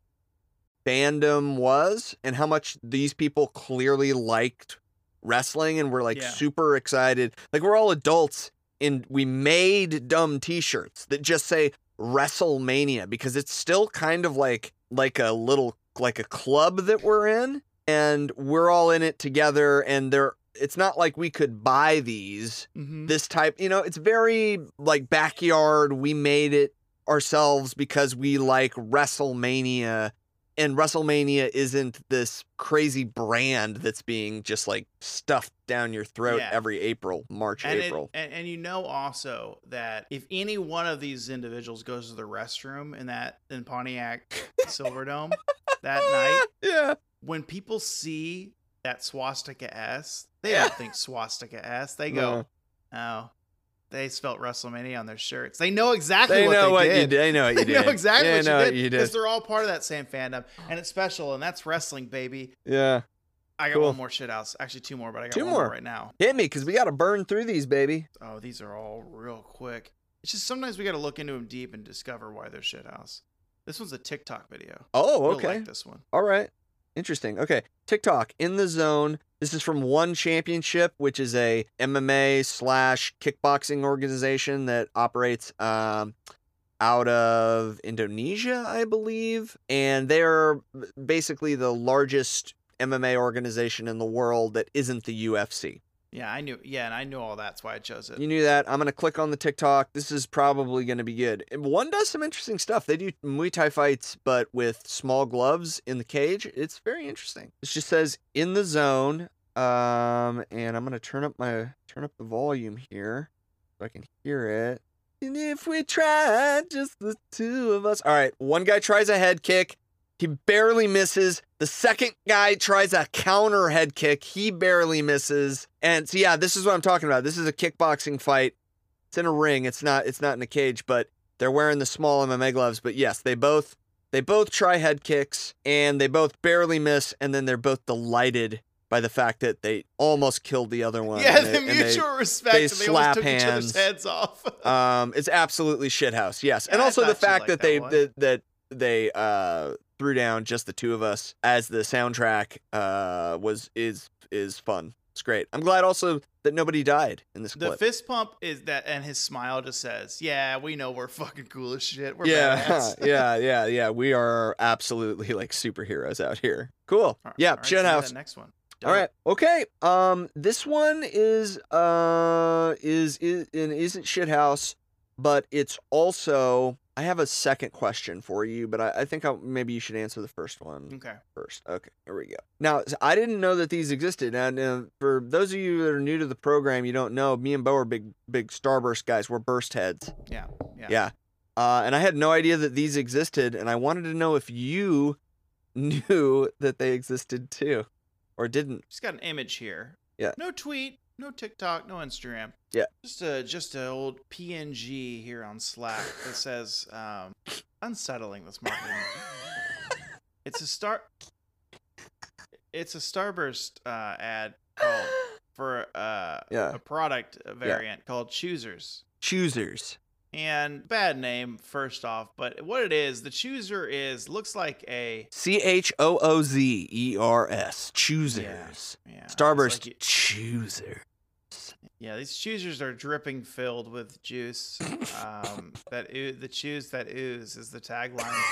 Speaker 2: fandom was and how much these people clearly liked wrestling and were like
Speaker 1: Yeah.
Speaker 2: super excited. Like we're all adults and we made dumb t-shirts that just say WrestleMania because it's still kind of like like a little like a club that we're in and we're all in it together and there it's not like we could buy these
Speaker 1: Mhm.
Speaker 2: this type you know it's very like backyard we made it ourselves because we like wrestlemania and wrestlemania isn't this crazy brand that's being just like stuffed down your throat
Speaker 1: Yeah.
Speaker 2: every april march
Speaker 1: and, it-
Speaker 2: april
Speaker 1: and and you know also that if any one of these individuals goes to the restroom in that in Pontiac Silverdome that night,
Speaker 2: Ah, yeah
Speaker 1: when people see that swastika S, they
Speaker 2: Yeah.
Speaker 1: don't think swastika S. They go, oh, they spelt WrestleMania on their shirts. They know exactly
Speaker 2: they
Speaker 1: what
Speaker 2: know
Speaker 1: they
Speaker 2: what
Speaker 1: did.
Speaker 2: you did they know what you
Speaker 1: They
Speaker 2: did
Speaker 1: know exactly
Speaker 2: they
Speaker 1: what,
Speaker 2: know
Speaker 1: you
Speaker 2: what you
Speaker 1: did
Speaker 2: did
Speaker 1: because they're all part of that same fandom, and it's special, and that's wrestling, baby.
Speaker 2: yeah
Speaker 1: I got
Speaker 2: Cool.
Speaker 1: one more shit out. Actually, two more, but I got
Speaker 2: Two
Speaker 1: one more.
Speaker 2: more.
Speaker 1: right now.
Speaker 2: hit me because we gotta burn through these baby
Speaker 1: Oh, these are all real quick. It's just sometimes we got to look into them deep and discover why they're shit house. This one's a TikTok video.
Speaker 2: oh
Speaker 1: You'll
Speaker 2: okay
Speaker 1: like this one.
Speaker 2: All right. Interesting. Okay. TikTok in the zone. This is from One Championship, which is a MMA slash kickboxing organization that operates um, out of Indonesia, I believe. And they're basically the largest MMA organization in the world that isn't the UFC.
Speaker 1: Yeah, I knew. Yeah, and I knew all that's why I chose it.
Speaker 2: You knew that. I'm going to click on the TikTok. This is probably going to be good. And One does some interesting stuff. They do Muay Thai fights, but with small gloves in the cage. It's very interesting. It just says in the zone. Um, and I'm going to turn up my turn up the volume here so I can hear it. And if we try, just the two of us. All right. One guy tries a head kick. He barely misses. The second guy tries a counter head kick. He barely misses. And so yeah, this is what I'm talking about. This is a kickboxing fight. It's in a ring. It's not it's not in a cage, but they're wearing the small MMA gloves. But yes, they both they both try head kicks and they both barely miss and then they're both delighted by the fact that they almost killed the other one.
Speaker 1: yeah,
Speaker 2: and they-
Speaker 1: the
Speaker 2: and they-
Speaker 1: mutual respect.
Speaker 2: they
Speaker 1: and they
Speaker 2: slap
Speaker 1: almost took each
Speaker 2: hands.
Speaker 1: other's heads off.
Speaker 2: um, it's absolutely shithouse. Yes, and
Speaker 1: Yeah, I
Speaker 2: also the
Speaker 1: thought you'd
Speaker 2: fact
Speaker 1: like
Speaker 2: that they
Speaker 1: that
Speaker 2: that, that they uh threw down just the two of us as the soundtrack uh was is is fun. It's great. I'm glad also that nobody died in this
Speaker 1: the
Speaker 2: clip.
Speaker 1: fist pump is that, and his smile just says, "Yeah, we know we're fucking cool as shit. We're
Speaker 2: yeah,
Speaker 1: badass."
Speaker 2: yeah, yeah, yeah. We are absolutely like superheroes out here. Cool.
Speaker 1: All right,
Speaker 2: yeah,
Speaker 1: all right, give me that
Speaker 2: shithouse.
Speaker 1: Next one.
Speaker 2: All right. Okay. Um, this one is uh is is and isn't shithouse, but it's also I have a second question for you, but I, I think I, maybe you should answer the first one
Speaker 1: Okay.
Speaker 2: first. Okay, here we go. Now, s- I didn't know that these existed. And uh, for those of you that are new to the program, you don't know, me and Bo are big, big Starburst guys. We're burst heads.
Speaker 1: Yeah, yeah.
Speaker 2: Yeah. Uh, and I had no idea that these existed. And I wanted to know if you knew that they existed too or didn't.
Speaker 1: Just got an image here.
Speaker 2: Yeah.
Speaker 1: No tweet, no TikTok, no Instagram.
Speaker 2: Yeah.
Speaker 1: Just a just a old PNG here on Slack that says um, unsettling this marketing. it's a star. It's a Starburst uh, ad
Speaker 2: Oh.
Speaker 1: called for uh,
Speaker 2: Yeah.
Speaker 1: a product uh, variant called Choosers.
Speaker 2: Choosers.
Speaker 1: And bad name first off, but what it is, the chooser is looks like a
Speaker 2: C H O O Z E R S. Choosers.
Speaker 1: yeah, it's
Speaker 2: Starburst
Speaker 1: like you-
Speaker 2: Chooser.
Speaker 1: Yeah, these choosers are dripping filled with juice. Um, that oo- the choose that ooze is the tagline.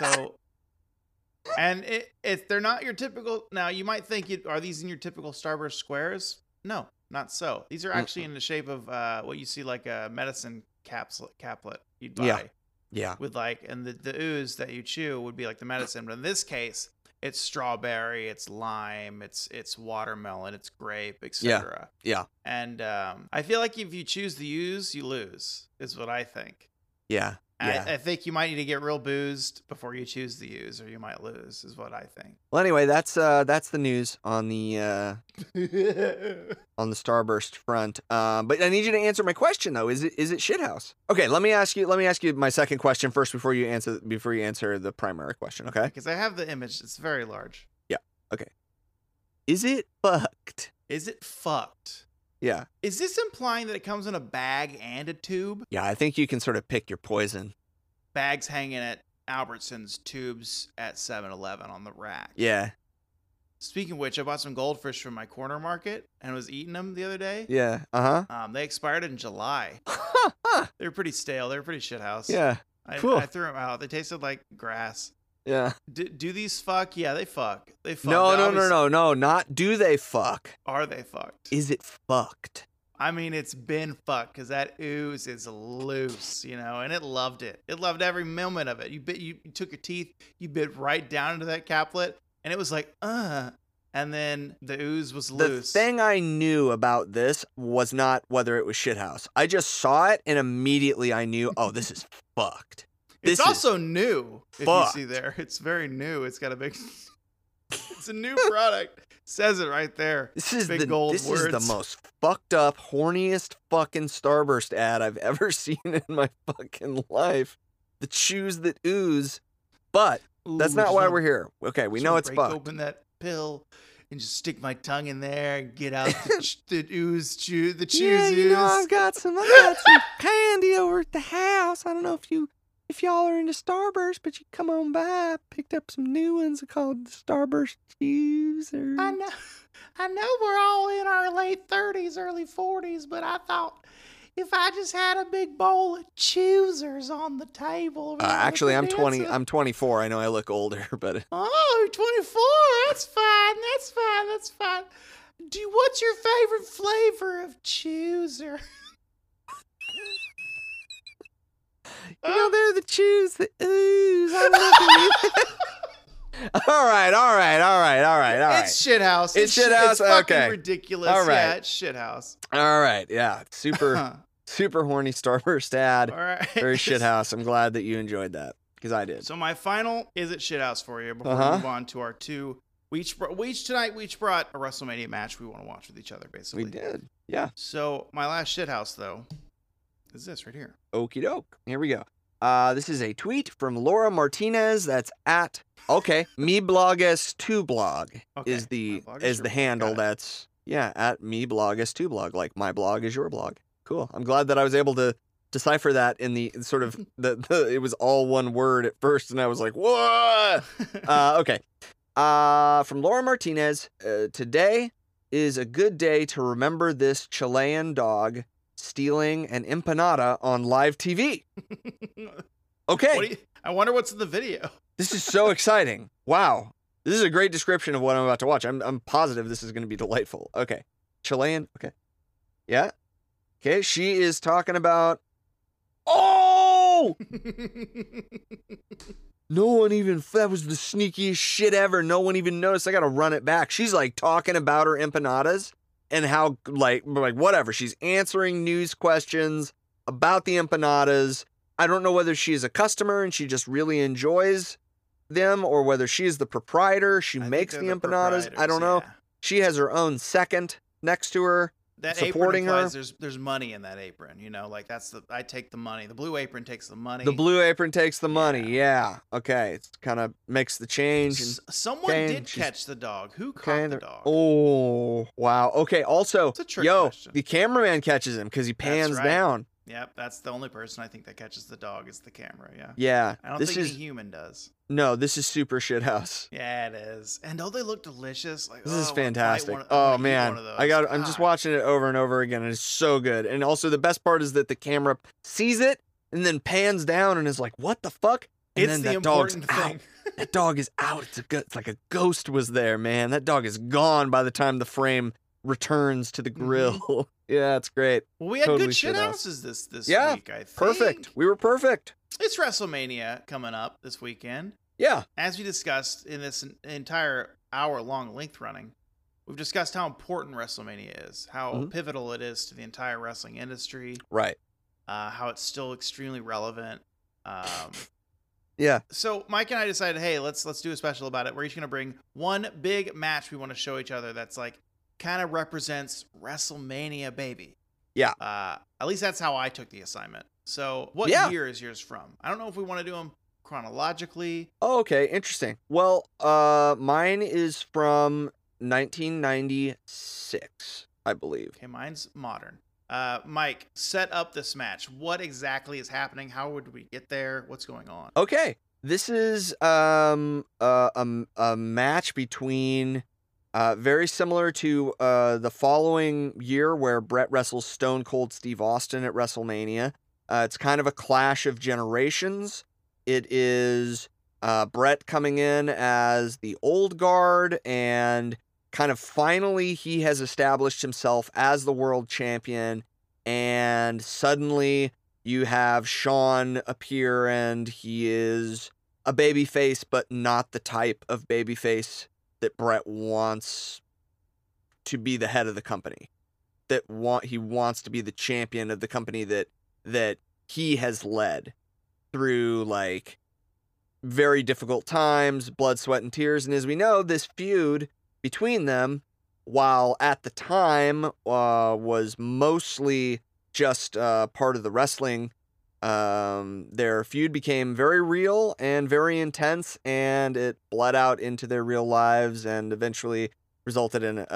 Speaker 1: So, and it, it they're not your typical. Now you might think, you, are these in your typical Starburst squares? No, not so. These are actually in the shape of uh, what you see like a medicine capsule caplet you'd buy
Speaker 2: Yeah. Yeah.
Speaker 1: with like, and the the ooze that you chew would be like the medicine. But in this case, it's strawberry, it's lime, it's it's watermelon, it's grape, etc.
Speaker 2: yeah.
Speaker 1: And um, I feel like if you choose the ooze, you lose. Is what I think.
Speaker 2: Yeah.
Speaker 1: And
Speaker 2: Yeah.
Speaker 1: I, I think you might need to get real boozed before you choose the use, or you might lose. Is what I
Speaker 2: Well, anyway, that's uh that's the news on the uh
Speaker 1: think.
Speaker 2: on the starburst front. Um, but I need you to answer my question though. Is it is it shithouse? Okay, let me ask you. Let me ask you my second question first before you answer before you answer the primary question. Okay,
Speaker 1: Because I have the image. It's very large.
Speaker 2: is it fucked?
Speaker 1: Is it fucked?
Speaker 2: Yeah,
Speaker 1: Is this implying that it comes in a bag and a tube?
Speaker 2: yeah. I think you can sort of pick your poison.
Speaker 1: bags hanging at Albertsons, tubes at 7 Eleven on the rack.
Speaker 2: Yeah,
Speaker 1: Speaking of which, I bought some goldfish from my corner market and was eating them the other day.
Speaker 2: yeah. Uh
Speaker 1: Um, they expired in July.
Speaker 2: huh.
Speaker 1: They were pretty stale. They were pretty shithouse.
Speaker 2: yeah.
Speaker 1: I,
Speaker 2: cool.
Speaker 1: I threw them out. They tasted like grass.
Speaker 2: Yeah.
Speaker 1: Do, do these fuck? Yeah, they fuck. They fuck.
Speaker 2: no,
Speaker 1: They
Speaker 2: no, no,
Speaker 1: obvious-
Speaker 2: no, no. Not do they fuck?
Speaker 1: Are they fucked?
Speaker 2: Is it fucked?
Speaker 1: I mean, it's been fucked because that ooze is loose, you know, and it loved it. It loved every moment of it. You bit, you, you took your teeth, you bit right down into that caplet, and it was like, uh, and then the ooze was loose.
Speaker 2: The thing I knew about this was not whether it was shithouse. I just saw it and immediately I knew, oh, this is fucked. this is
Speaker 1: it's also new.
Speaker 2: fucked.
Speaker 1: If you see there, it's very new. It's got a big. it's a new product. Says it right there.
Speaker 2: This is
Speaker 1: Big
Speaker 2: the
Speaker 1: gold
Speaker 2: this is
Speaker 1: words.
Speaker 2: the most fucked up, horniest fucking starburst ad I've ever seen in my fucking life. The chews that ooze, but that's
Speaker 1: Ooh,
Speaker 2: not
Speaker 1: just
Speaker 2: why
Speaker 1: wanna-
Speaker 2: we're here. Okay, we
Speaker 1: just
Speaker 2: know
Speaker 1: wanna
Speaker 2: it's
Speaker 1: break
Speaker 2: fucked.
Speaker 1: Open that pill and just stick my tongue in there and get out the, ch- the ooze, chew the chews
Speaker 2: yeah, you
Speaker 1: ooze.
Speaker 2: know I've got some I've got some candy over at the house. I don't know if you if y'all are into Starburst, but you come on by. I picked up some new ones called Starburst Chews. Or...
Speaker 1: I know, I know we're all in our late 30s, early 40s, but I thought if I just had a big bowl of choosers on the table.
Speaker 2: Uh,
Speaker 1: around the
Speaker 2: actually, I'm 20.
Speaker 1: bonanza-
Speaker 2: I'm 24. I know I look older, but
Speaker 1: Oh, 24. That's fine. That's fine. That's fine. Do you- what's your favorite flavor of chooser?
Speaker 2: You know, they're the chews, the ooze. I love you. all right, all right, all right, all right, all right.
Speaker 1: It's shithouse.
Speaker 2: It's
Speaker 1: shit-
Speaker 2: shithouse?
Speaker 1: It's fucking
Speaker 2: Okay.
Speaker 1: ridiculous.
Speaker 2: All
Speaker 1: Yeah,
Speaker 2: right.
Speaker 1: it's shithouse.
Speaker 2: all right, yeah. Super,
Speaker 1: Huh.
Speaker 2: super horny starburst ad.
Speaker 1: All right.
Speaker 2: Very shithouse. I'm glad that you enjoyed that because I did.
Speaker 1: So my final is it shithouse for you before
Speaker 2: Uh-huh.
Speaker 1: we move on to our two. We each, br- we each tonight we each brought a WrestleMania match we want to watch with each other basically.
Speaker 2: We did. Yeah.
Speaker 1: So my last shithouse though is this right here.
Speaker 2: Okie doke. Here we go. Uh, this is a tweet from Laura Martinez. That's at okay. me blogus two blog
Speaker 1: Okay.
Speaker 2: is the
Speaker 1: My blog
Speaker 2: is
Speaker 1: your-
Speaker 2: the handle
Speaker 1: got it.
Speaker 2: that's yeah at me blogus two blog like my blog is your blog. Cool. I'm glad that I was able to decipher that in the sort of the, the it was all one word at first and I was like what? uh, okay. Uh, from Laura Martinez. Uh, today is a good day to remember this Chilean dog stealing an empanada on live TV. Okay.
Speaker 1: What do you- I wonder what's in the video.
Speaker 2: this is so exciting. Wow. This is a great description of what I'm about to watch. I'm, I'm positive this is going to be delightful. Okay. Chilean. Okay. Yeah. Okay. She is talking about. Oh! No one even. That was the sneakiest shit ever. No one even noticed. I gotta run it back. She's like talking about her empanadas and how like like whatever. She's answering news questions about the empanadas. I don't know whether she is a customer and she just really enjoys them, or whether she is the proprietor. She
Speaker 1: I think
Speaker 2: makes the
Speaker 1: they're
Speaker 2: empanadas. I don't know.
Speaker 1: proprietors, yeah.
Speaker 2: She has her own second next to her.
Speaker 1: That
Speaker 2: supporting
Speaker 1: apron
Speaker 2: her.
Speaker 1: implies there's there's money in that apron, you know, like that's the I take the money. The blue apron takes the money.
Speaker 2: The blue apron takes the money. Yeah. Okay. It's kind of makes the change. And,
Speaker 1: S- Someone
Speaker 2: Kane,
Speaker 1: did
Speaker 2: she's-
Speaker 1: catch the dog. Who caught
Speaker 2: Okay,
Speaker 1: the
Speaker 2: they're-
Speaker 1: dog?
Speaker 2: Oh wow. Okay. Also,
Speaker 1: It's a trick
Speaker 2: yo,
Speaker 1: question.
Speaker 2: the cameraman catches him because he pans
Speaker 1: right.
Speaker 2: down.
Speaker 1: Yep, that's the only person I think that catches the dog is the camera. Yeah.
Speaker 2: Yeah.
Speaker 1: I don't
Speaker 2: This
Speaker 1: think
Speaker 2: is
Speaker 1: any human does.
Speaker 2: no. This is super shit house.
Speaker 1: Yeah, it is. And oh, they look delicious. Like
Speaker 2: This
Speaker 1: oh,
Speaker 2: is
Speaker 1: I wanna bite
Speaker 2: fantastic.
Speaker 1: one of- I wanna
Speaker 2: oh
Speaker 1: eat
Speaker 2: man,
Speaker 1: one of those. Ah.
Speaker 2: I got. I'm just
Speaker 1: God.
Speaker 2: watching it over and over again, and it's so good. And also, the best part is that the camera sees it and then pans down and is like, "What the fuck?" And
Speaker 1: It's
Speaker 2: then
Speaker 1: the
Speaker 2: that dog's
Speaker 1: important
Speaker 2: out.
Speaker 1: thing.
Speaker 2: That dog is out. It's a go- it's like a ghost was there, man. That dog is gone by the time the frame returns to the
Speaker 1: Mm-hmm.
Speaker 2: grill. yeah, it's great.
Speaker 1: Well, we had
Speaker 2: Totally
Speaker 1: good shit
Speaker 2: shithouse.
Speaker 1: houses this this
Speaker 2: Yeah,
Speaker 1: week. I think.
Speaker 2: Perfect. We were perfect.
Speaker 1: It's WrestleMania coming up this weekend.
Speaker 2: Yeah.
Speaker 1: As we discussed in this en- entire hour long length running, we've discussed how important WrestleMania is, how
Speaker 2: Mhm.
Speaker 1: pivotal it is to the entire wrestling industry,
Speaker 2: Right.
Speaker 1: uh, how it's still extremely relevant. Um,
Speaker 2: Yeah.
Speaker 1: so Mike and I decided, hey, let's let's do a special about it. We're each gonna bring one big match we want to show each other that's like kind of represents WrestleMania, baby.
Speaker 2: Yeah.
Speaker 1: Uh, at least that's how I took the assignment. So what
Speaker 2: Yeah.
Speaker 1: year is yours from? I don't know if we want to do them chronologically.
Speaker 2: Oh, okay. Interesting. Well, uh, mine is from 1996, I believe.
Speaker 1: Okay, mine's modern. Uh, Mike, set up this match. What exactly is happening? How would we get there? What's going on?
Speaker 2: Okay. This is um uh, a m- a match between uh very similar to uh the following year where Brett wrestles Stone Cold Steve Austin at WrestleMania. Uh, it's kind of a clash of generations. It is Uh, Brett coming in as the old guard, and kind of finally he has established himself as the world champion. And suddenly you have Sean appear, and he is a babyface, but not the type of babyface that Brett wants to be the head of the company. That want he wants to be the champion of the company that that he has led through like very difficult times, blood, sweat, and tears. And as we know, this feud between them, while at the time uh, was mostly just uh, part of the wrestling, um, their feud became very real and very intense, and it bled out into their real lives and eventually resulted in a,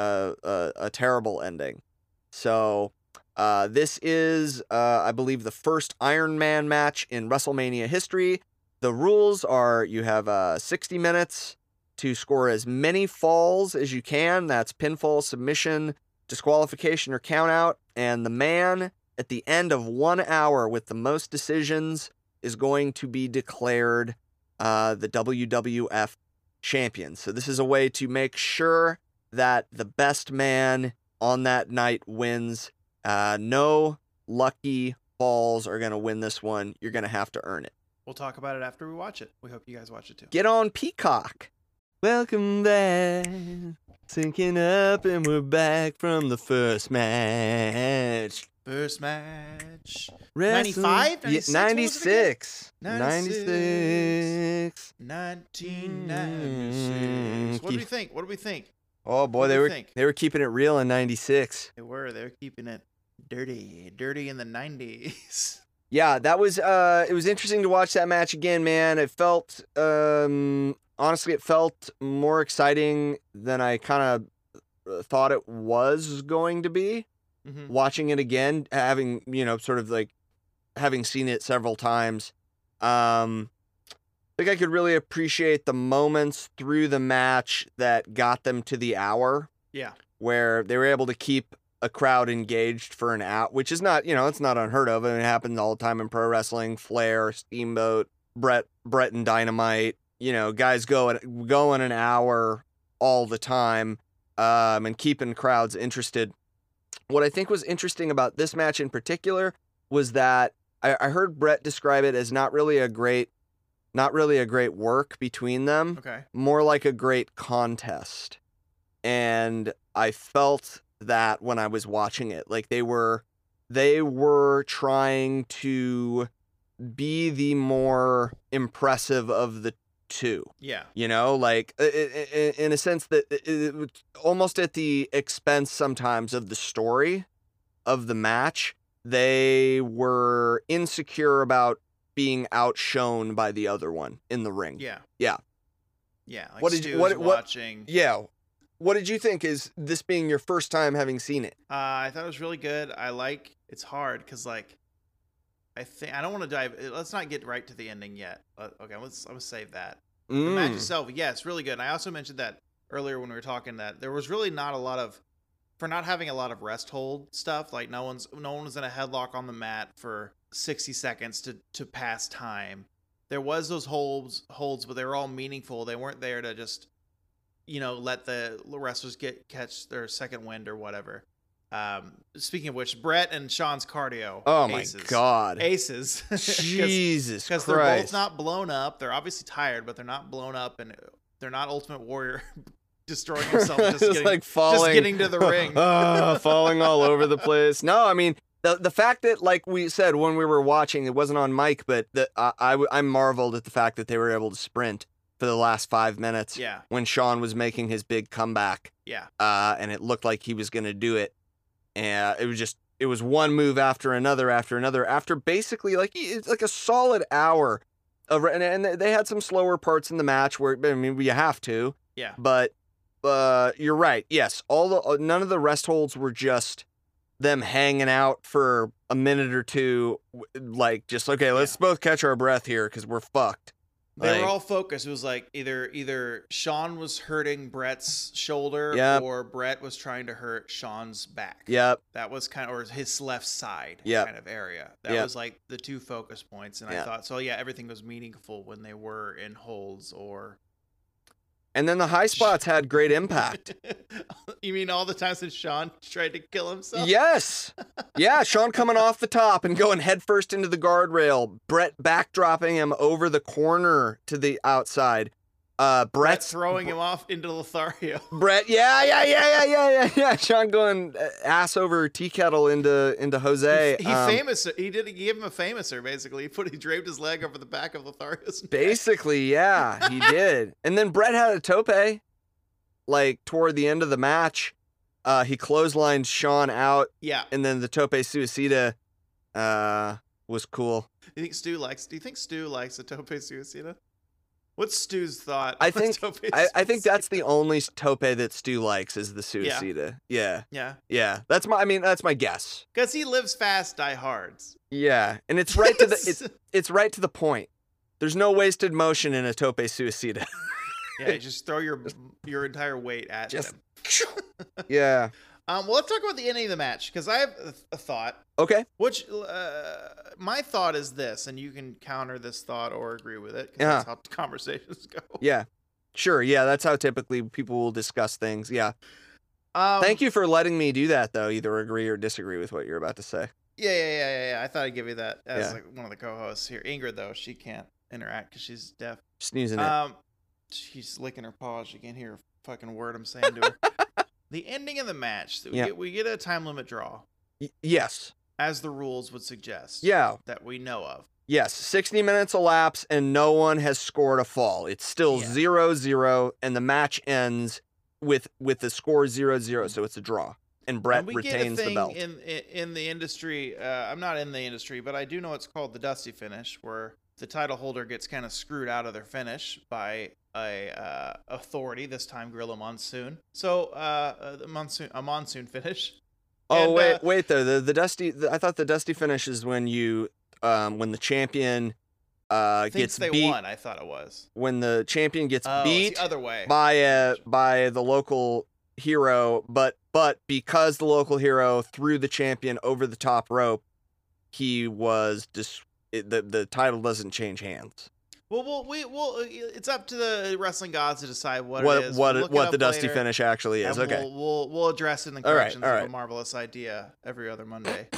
Speaker 2: a, a terrible ending. So, uh, this is, uh, I believe, the first Iron Man match in WrestleMania history. The rules are you have uh, 60 minutes to score as many falls as you can. That's pinfall, submission, disqualification, or countout. And the man at the end of one hour with the most decisions is going to be declared uh, the WWF champion. So, this is a way to make sure that the best man on that night wins uh, no lucky falls are going to win this one. You're going to have to earn it.
Speaker 1: We'll talk about it after we watch it. We hope you guys watch it too.
Speaker 2: Get on Peacock. Welcome back. Syncing up, and we're back from the first match.
Speaker 1: First match. 95?
Speaker 2: Wrestling- Yeah,
Speaker 1: 96.
Speaker 2: 96.
Speaker 1: 96. 1996.
Speaker 2: Mm,
Speaker 1: What do we
Speaker 2: Keith.
Speaker 1: think? What do we think?
Speaker 2: Oh
Speaker 1: What
Speaker 2: boy,
Speaker 1: do
Speaker 2: they
Speaker 1: you
Speaker 2: were
Speaker 1: think?
Speaker 2: they were keeping it real in 96.
Speaker 1: They were. They were keeping it dirty. Dirty in the 90s.
Speaker 2: Yeah, that was uh it was interesting to watch that match again, man. It felt um honestly it felt more exciting than I kind of thought it was going to be.
Speaker 1: Mhm.
Speaker 2: Watching it again, having, you know, sort of like having seen it several times. Um I think I could really appreciate the moments through the match that got them to the hour
Speaker 1: Yeah.
Speaker 2: where they were able to keep a crowd engaged for an hour, which is not, you know, it's not unheard of. and it happens all the time in pro wrestling. Flair, Steamboat, Brett, Brett and Dynamite. You know, guys go an- going an hour all the time, um, and keeping crowds interested. What I think was interesting about this match in particular was that I, I heard Brett describe it as not really a great, not really a great work between them
Speaker 1: Okay.
Speaker 2: more like a great contest. And I felt that when I was watching it. Like they were they were trying to be the more impressive of the two.
Speaker 1: Yeah.
Speaker 2: You know, like i- i- i- in a sense that it- it was almost at the expense sometimes of the story of the match, they were insecure about being outshone by the other one in the ring.
Speaker 1: Yeah.
Speaker 2: Yeah.
Speaker 1: Yeah. Like
Speaker 2: What did you-
Speaker 1: Stu's
Speaker 2: what- what-
Speaker 1: watching.
Speaker 2: Yeah. What did you think is this being your first time having seen it?
Speaker 1: Uh, I thought it was really good. I like it's hard because like I think I don't want to dive. uh, Let's not get right to the ending yet. Uh, okay, let's I'm gonna save that. The
Speaker 2: Mm.
Speaker 1: match itself, yeah, it's really good. And I also mentioned that earlier when we were talking that there was really not a lot of for not having a lot of rest hold stuff. Like no one's no one was in a headlock on the mat for 60 seconds to to pass time. There was those holds holds, but they were all meaningful. They weren't there to just you know let the wrestlers get catch their second wind or whatever. Um, speaking of which, Brett and Sean's cardio.
Speaker 2: Oh my
Speaker 1: aces.
Speaker 2: god.
Speaker 1: Aces. 'Cause-
Speaker 2: Jesus
Speaker 1: because
Speaker 2: Christ.
Speaker 1: they're both not blown up. They're obviously tired, but they're not blown up, and they're not Ultimate Warrior destroying himself. Just,
Speaker 2: It's
Speaker 1: getting,
Speaker 2: like falling
Speaker 1: just getting to the ring.
Speaker 2: Ah, falling all over the place. No, I mean the the fact that like we said when we were watching, it wasn't on mic, but the, I, I w- I marveled at the fact that they were able to sprint for the last 5 minutes
Speaker 1: yeah,
Speaker 2: when Sean was making his big comeback.
Speaker 1: yeah,
Speaker 2: uh, and it looked like he was going to do it. And it was just it was one move after another after another after basically like e, it's like a solid hour of and, and they had some slower parts in the match where I mean you have to,
Speaker 1: yeah,
Speaker 2: but uh, you're right. Yes, all the uh, none of the rest holds were just them hanging out for a minute or two, w- like just okay, let's both catch our breath here because we're fucked.
Speaker 1: They
Speaker 2: Like-
Speaker 1: were all focused. It was like either either Sean was hurting Brett's shoulder
Speaker 2: Yep.
Speaker 1: or Brett was trying to hurt Sean's back.
Speaker 2: Yep.
Speaker 1: That was kind of or his left side
Speaker 2: Yep.
Speaker 1: kind of area. That
Speaker 2: Yep.
Speaker 1: was like the two focus points. And
Speaker 2: Yeah.
Speaker 1: I thought so yeah, everything was meaningful when they were in holds or
Speaker 2: And then the high spots had great impact.
Speaker 1: you mean all the times that Sean tried to kill himself?
Speaker 2: Yes. Yeah, Sean coming off the top and going headfirst into the guardrail. Brett backdropping him over the corner to the outside. Uh
Speaker 1: Brett
Speaker 2: Brett's
Speaker 1: throwing him off into Lothario.
Speaker 2: Brett, yeah, yeah, yeah, yeah, yeah, yeah, yeah. Sean going uh, ass over tea kettle into into Jose.
Speaker 1: he
Speaker 2: Um,
Speaker 1: famous. He did. He gave him a famouser. Basically, he put. He draped his leg over the back of Lothario's. neck.
Speaker 2: Basically, yeah, he did. And then Brett had a tope, like toward the end of the match. Uh, he clotheslined Sean out,
Speaker 1: Yeah.
Speaker 2: and then the tope suicida uh, was cool.
Speaker 1: You think Stu likes? Do you think Stu likes the tope suicida? What's Stu's thought?
Speaker 2: I
Speaker 1: on the
Speaker 2: think-
Speaker 1: tope
Speaker 2: I, I think
Speaker 1: suicida?
Speaker 2: that's the only tope that Stu likes is the suicida. Yeah,
Speaker 1: yeah,
Speaker 2: yeah. That's my. I mean, that's my guess.
Speaker 1: because he lives fast, die hards.
Speaker 2: Yeah, and it's right to the. It's it's right to the point. There's no wasted motion in a tope suicida.
Speaker 1: yeah, you just throw your your entire weight at
Speaker 2: Just-
Speaker 1: them.
Speaker 2: yeah.
Speaker 1: Um, well, let's talk about the ending of the match because I have a, a thought.
Speaker 2: Okay.
Speaker 1: Which uh, my thought is this, and you can counter this thought or agree with it. 'cause
Speaker 2: Yeah.
Speaker 1: That's how conversations go.
Speaker 2: Yeah. Sure. Yeah. That's how typically people will discuss things. Yeah.
Speaker 1: Um,
Speaker 2: Thank you for letting me do that, though. Either agree or disagree with what you're about to say.
Speaker 1: Yeah, yeah, yeah, yeah, yeah. I thought I'd give you that as
Speaker 2: Yeah.
Speaker 1: like one of the co-hosts here. Ingrid though, she can't interact because she's deaf.
Speaker 2: Snoozing it.
Speaker 1: Um, she's licking her paws. She can't hear a fucking word I'm saying to her. the ending of the match, we,
Speaker 2: Yeah.
Speaker 1: get, we get a time limit draw,
Speaker 2: Y- yes.
Speaker 1: as the rules would suggest.
Speaker 2: Yeah.
Speaker 1: that we know of.
Speaker 2: Yes. 60 minutes elapse and no one has scored a fall. It's still
Speaker 1: Yeah.
Speaker 2: zero zero, and the match ends with with the score zero zero. So it's a draw, and Brett
Speaker 1: and we
Speaker 2: retains
Speaker 1: get a thing
Speaker 2: the belt.
Speaker 1: In, in in the industry. Uh, I'm not in the industry, but I do know it's called the dusty finish, where the title holder gets kind of screwed out of their finish by a uh, authority. This time, Gorilla Monsoon. So uh, a monsoon a monsoon finish.
Speaker 2: Oh
Speaker 1: And,
Speaker 2: wait,
Speaker 1: uh,
Speaker 2: wait though. The the dusty. The, I thought the dusty finish is when you, um, when the champion, uh,
Speaker 1: Thinks
Speaker 2: gets
Speaker 1: they
Speaker 2: beat.
Speaker 1: won. I thought it was.
Speaker 2: When the champion gets
Speaker 1: Oh,
Speaker 2: beat
Speaker 1: it's the other way.
Speaker 2: by uh, a by the local hero, but but because the local hero threw the champion over the top rope, he was dis- it, the the title doesn't change hands.
Speaker 1: Well, well, we well, uh, it's up to the wrestling gods to decide what
Speaker 2: what
Speaker 1: it is.
Speaker 2: what,
Speaker 1: We'll look it
Speaker 2: what
Speaker 1: up
Speaker 2: the dusty
Speaker 1: later,
Speaker 2: finish actually is.
Speaker 1: and
Speaker 2: Okay.
Speaker 1: We'll, we'll we'll address it in the
Speaker 2: All right,
Speaker 1: corrections
Speaker 2: all
Speaker 1: of
Speaker 2: right.
Speaker 1: a marvelous idea every other Monday.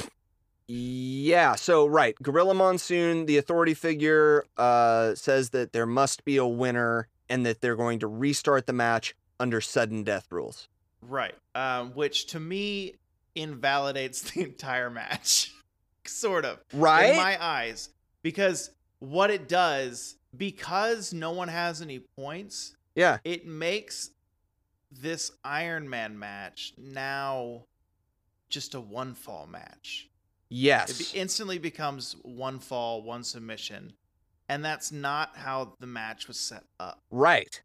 Speaker 2: Yeah, so right, Gorilla Monsoon, the authority figure, uh, says that there must be a winner and that they're going to restart the match under sudden death rules.
Speaker 1: Right. Um, which to me invalidates the entire match, sort of,
Speaker 2: Right?
Speaker 1: in my eyes, because what it does, because no one has any points,
Speaker 2: yeah.
Speaker 1: it makes this Iron Man match now just a one fall match. It
Speaker 2: Yes.
Speaker 1: be- instantly becomes one fall, one submission, and that's not how the match was set up.
Speaker 2: right.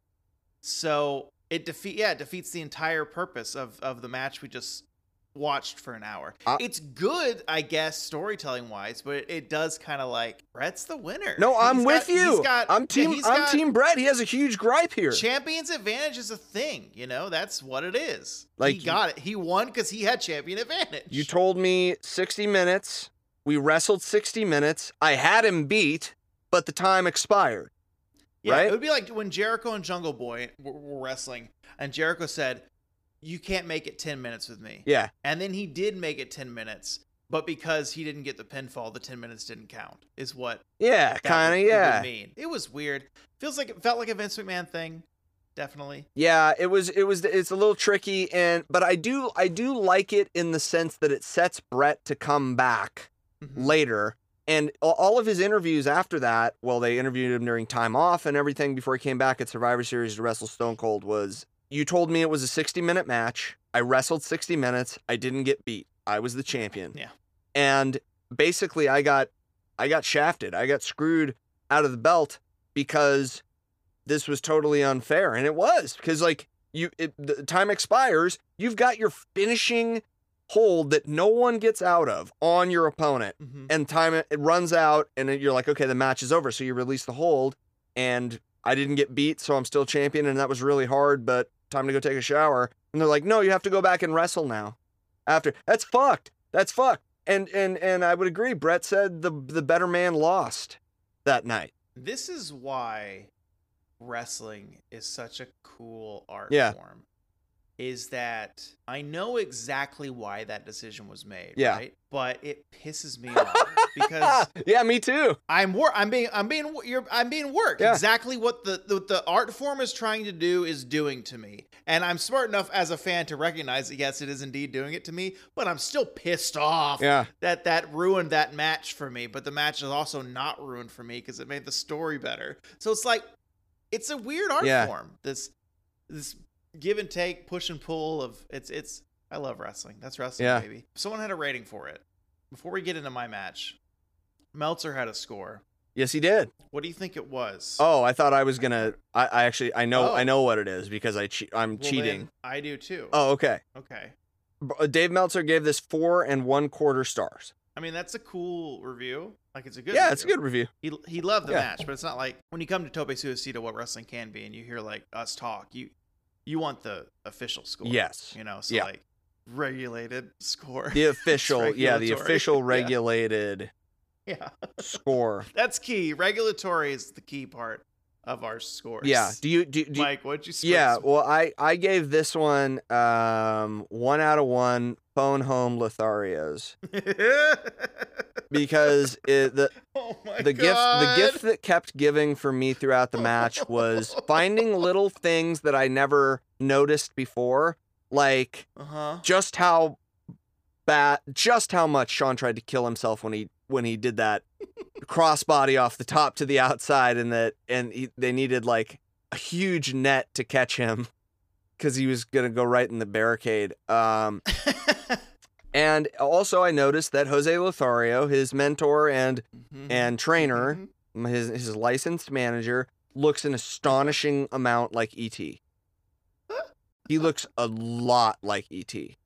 Speaker 1: So it defeat yeah, it defeats the entire purpose of of the match we just watched for an hour.
Speaker 2: I-
Speaker 1: it's good, I guess, storytelling wise, but it, it does kind of like Brett's the winner.
Speaker 2: No, I'm
Speaker 1: He's
Speaker 2: with
Speaker 1: got-
Speaker 2: you.
Speaker 1: He's got,
Speaker 2: I'm
Speaker 1: yeah,
Speaker 2: team
Speaker 1: he's
Speaker 2: I'm
Speaker 1: got-
Speaker 2: team Brett. He has a huge gripe here.
Speaker 1: Champion's advantage is a thing, you know. That's what it is.
Speaker 2: Like,
Speaker 1: he
Speaker 2: you-
Speaker 1: got it. He won because he had champion advantage.
Speaker 2: You told me 60 minutes. We wrestled 60 minutes. I had him beat, but the time expired.
Speaker 1: Yeah,
Speaker 2: right?
Speaker 1: it would be like when Jericho and Jungle Boy were, were wrestling, and Jericho said, "You can't make it ten minutes with me."
Speaker 2: Yeah.
Speaker 1: And then he did make it 10 minutes, but because he didn't get the pinfall, the 10 minutes didn't count, is what
Speaker 2: Yeah,
Speaker 1: that would-
Speaker 2: kind of
Speaker 1: would
Speaker 2: yeah.
Speaker 1: mean. It was weird. Feels like it felt like a Vince McMahon thing, definitely.
Speaker 2: Yeah, it was it was it's a little tricky and but I do I do like it in the sense that it sets Brett to come back
Speaker 1: Mhm.
Speaker 2: later and a- all of his interviews after that, well they interviewed him during time off and everything before he came back at Survivor Series to wrestle Stone Cold was you told me it was a 60 minute match. I wrestled 60 minutes. I didn't get beat. I was the champion.
Speaker 1: Yeah.
Speaker 2: And basically I got I got shafted. I got screwed out of the belt because this was totally unfair and it was because like you it, the time expires, you've got your finishing hold that no one gets out of on your opponent
Speaker 1: Mhm.
Speaker 2: and time it runs out and then you're like okay the match is over so you release the hold and I didn't get beat, so I'm still champion, and that was really hard, but time to go take a shower. And they're like, no, you have to go back and wrestle now. After that's fucked. That's fucked. And and and I would agree. Brett said the the better man lost that night.
Speaker 1: This is why wrestling is such a cool art
Speaker 2: Yeah.
Speaker 1: form. Is that I know exactly why that decision was made,
Speaker 2: Yeah.
Speaker 1: right? But it pisses me off because
Speaker 2: Ah, yeah, me too.
Speaker 1: I'm wor- I'm being I'm being wo- you're I'm being worked.
Speaker 2: Yeah.
Speaker 1: Exactly what the, the the art form is trying to do is doing to me. And I'm smart enough as a fan to recognize that yes, it is indeed doing it to me, but I'm still pissed off
Speaker 2: Yeah.
Speaker 1: that that ruined that match for me, but the match is also not ruined for me because it made the story better. So it's like it's a weird art
Speaker 2: Yeah.
Speaker 1: form. This this give and take, push and pull of it's it's I love wrestling. That's wrestling,
Speaker 2: Yeah.
Speaker 1: baby. Someone had a rating for it. Before we get into my match, Meltzer had a score.
Speaker 2: Yes, he did.
Speaker 1: What do you think it was?
Speaker 2: Oh, I thought I was gonna. I, I actually I know
Speaker 1: Oh.
Speaker 2: I know what it is because I che- I'm
Speaker 1: Well,
Speaker 2: cheating.
Speaker 1: then, I do too.
Speaker 2: Oh, okay.
Speaker 1: Okay.
Speaker 2: B- uh, Dave Meltzer gave this four and one quarter stars.
Speaker 1: I mean, that's a cool review. Like it's a good.
Speaker 2: yeah,
Speaker 1: review.
Speaker 2: it's a good review.
Speaker 1: He he loved the
Speaker 2: Yeah.
Speaker 1: match, but it's not like when you come to Tope Suicida, what wrestling can be, and you hear like us talk. You you want the official score.
Speaker 2: Yes.
Speaker 1: You know, so
Speaker 2: Yeah.
Speaker 1: like regulated score.
Speaker 2: The official, yeah, the
Speaker 1: regulatory.
Speaker 2: official
Speaker 1: Yeah.
Speaker 2: regulated
Speaker 1: yeah.
Speaker 2: score.
Speaker 1: That's key. Regulatory is the key part of our scores.
Speaker 2: Yeah. Do you do, do
Speaker 1: Mike, what'd you score?
Speaker 2: Yeah,
Speaker 1: this-
Speaker 2: well, I I gave this one um one out of one phone home Lotharios because it, the
Speaker 1: oh my
Speaker 2: the gift the
Speaker 1: God.
Speaker 2: gift that kept giving for me throughout the match was finding little things that I never noticed before, like
Speaker 1: Uh-huh.
Speaker 2: just how bad just how much Sean tried to kill himself when he when he did that crossbody off the top to the outside and that and he, they needed like a huge net to catch him cuz he was going to go right in the barricade um and also I noticed that Jose Lothario his mentor and
Speaker 1: Mhm.
Speaker 2: and trainer
Speaker 1: Mhm.
Speaker 2: his his licensed manager looks an astonishing amount like ET he looks a lot like E ET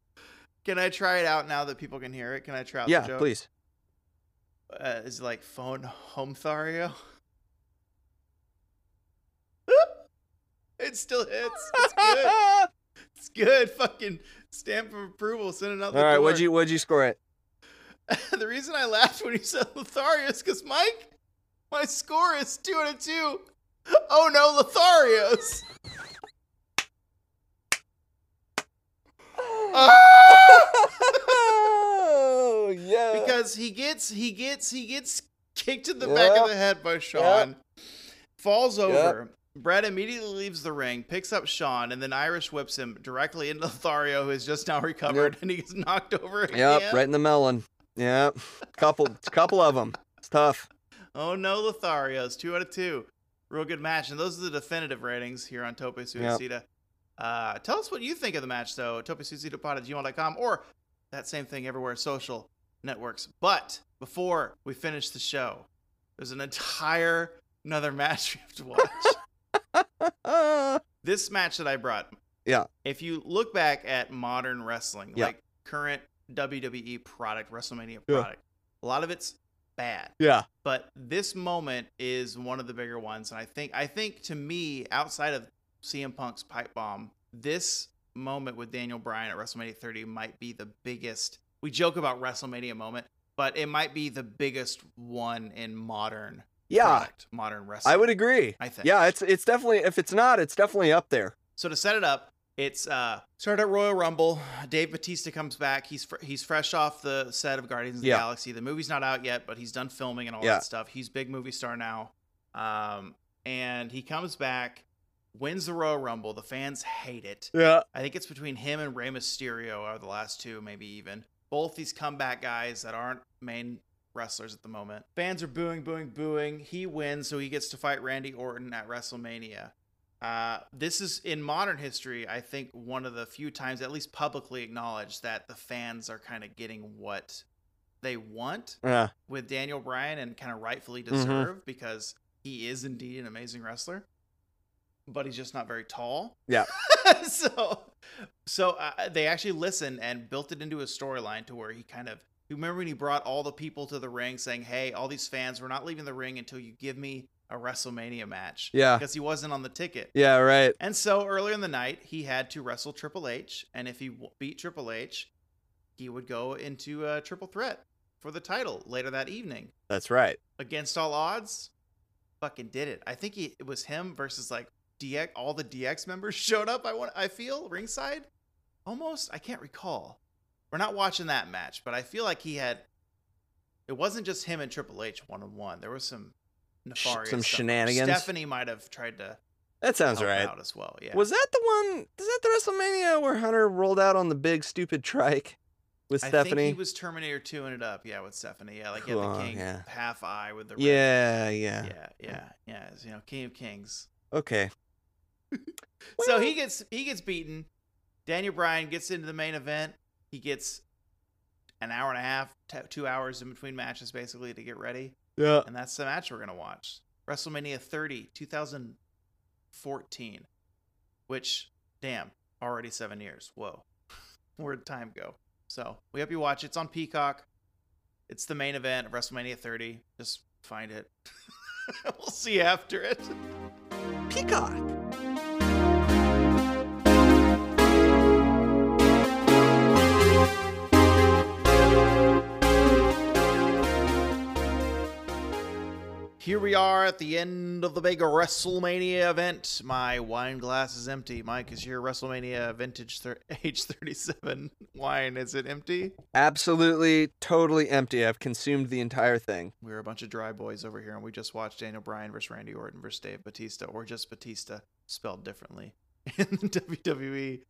Speaker 1: Can I try it out now that people can hear it? Can I try out the
Speaker 2: yeah
Speaker 1: joke?
Speaker 2: please
Speaker 1: Uh, is it like phone home Thario? it still hits. It's good. It's good. Fucking stamp of approval. Send it out the
Speaker 2: All right,
Speaker 1: door.
Speaker 2: what'd you what'd you score it?
Speaker 1: the reason I laughed when you said Lothario is because Mike, my score is two out of two. Oh no, Lotharios.
Speaker 2: oh yeah.
Speaker 1: because he gets he gets he gets kicked in the back
Speaker 2: Yep.
Speaker 1: of the head by Sean, falls over. Brett immediately leaves the ring, picks up Sean, and then Irish whips him directly into Lothario, who is just now recovered, and he gets knocked over again.
Speaker 2: yep, right in the melon. Yep, couple couple of them. It's tough.
Speaker 1: Oh no, Lotharios, two out of two. Real good match, and those are the definitive ratings here on Tope Suicida. Uh, tell us what you think of the match, though. TopeSuicidaPod at gmail.com or that same thing everywhere social networks. But before we finish the show, there's an entire another match we have to watch.
Speaker 2: Ah.
Speaker 1: this match that I brought.
Speaker 2: Yeah.
Speaker 1: If you look back at modern wrestling,
Speaker 2: Yeah.
Speaker 1: like current WWE product, WrestleMania
Speaker 2: Yeah.
Speaker 1: product, a lot of it's bad
Speaker 2: yeah.
Speaker 1: but this moment is one of the bigger ones and i think i think to me outside of cm punk's pipe bomb this moment with daniel bryan at wrestlemania 30 might be the biggest we joke about wrestlemania moment but it might be the biggest one in modern
Speaker 2: Yeah.
Speaker 1: product, modern wrestling
Speaker 2: I would agree.
Speaker 1: i think
Speaker 2: Yeah, it's it's definitely if it's not, it's definitely up there.
Speaker 1: so to set it up, it's uh started at Royal Rumble. Dave Batista comes back. He's fr- he's fresh off the set of Guardians of the
Speaker 2: Yeah.
Speaker 1: Galaxy. The movie's not out yet, but he's done filming and all
Speaker 2: Yeah.
Speaker 1: that stuff. He's big movie star now. Um and he comes back, wins the Royal Rumble. The fans hate it.
Speaker 2: Yeah.
Speaker 1: I think it's between him and Rey Mysterio are the last two, maybe even. Both these comeback guys that aren't main wrestlers at the moment. Fans are booing, booing, booing. He wins, so he gets to fight Randy Orton at WrestleMania. Uh, this is in modern history, I think, one of the few times, at least publicly acknowledged, that the fans are kind of getting what they want
Speaker 2: Yeah.
Speaker 1: with Daniel Bryan and kind of rightfully
Speaker 2: Mhm.
Speaker 1: deserve because he is indeed an amazing wrestler, but he's just not very tall.
Speaker 2: Yeah.
Speaker 1: so, so uh, they actually listened and built it into his storyline to where he kind of you remember when he brought all the people to the ring saying, "Hey, all these fans, we're not leaving the ring until you give me a WrestleMania match.
Speaker 2: Yeah.
Speaker 1: Because he wasn't on the ticket.
Speaker 2: Yeah, right.
Speaker 1: And so earlier in the night, he had to wrestle Triple H, and if he w- beat Triple H, he would go into a triple threat for the title later that evening.
Speaker 2: That's right.
Speaker 1: Against all odds, fucking did it. I think he, it was him versus like DX. All the DX members showed up. I want. I feel ringside, almost. I can't recall. We're not watching that match, but I feel like he had. It wasn't just him and Triple H one on one. There was some nefarious
Speaker 2: some
Speaker 1: stuff.
Speaker 2: shenanigans?
Speaker 1: Stephanie might have tried to
Speaker 2: That sounds
Speaker 1: help
Speaker 2: right.
Speaker 1: out as well. Yeah.
Speaker 2: Was that the one? Is that the WrestleMania where Hunter rolled out on the big stupid trike with
Speaker 1: I think
Speaker 2: Stephanie?
Speaker 1: he was Terminator 2 ing it up. Yeah, with Stephanie. Yeah, like he had
Speaker 2: Cool,
Speaker 1: the king
Speaker 2: yeah.
Speaker 1: half eye with the red-
Speaker 2: yeah, yeah,
Speaker 1: yeah, yeah, yeah. It's, you know, King of Kings.
Speaker 2: Okay.
Speaker 1: so
Speaker 2: Well-
Speaker 1: he gets he gets beaten. Daniel Bryan gets into the main event. He gets an hour and a half, t- two hours in between matches, basically, to get ready.
Speaker 2: Yeah.
Speaker 1: And that's the match we're gonna watch. WrestleMania 30, 2014. Which, damn, already seven years. Whoa. Where'd time go? So we hope you watch. it. It's on Peacock. It's the main event of WrestleMania 30. Just find it. we'll see you after it.
Speaker 2: Peacock.
Speaker 1: Here we are at the end of the big WrestleMania event. My wine glass is empty. Mike, is your WrestleMania vintage thir- age 37 wine? Is it empty?
Speaker 2: Absolutely, totally empty. I've consumed the entire thing.
Speaker 1: We were a bunch of dry boys over here, and we just watched Daniel Bryan versus Randy Orton versus Dave Batista, or just Batista spelled differently in the WWE.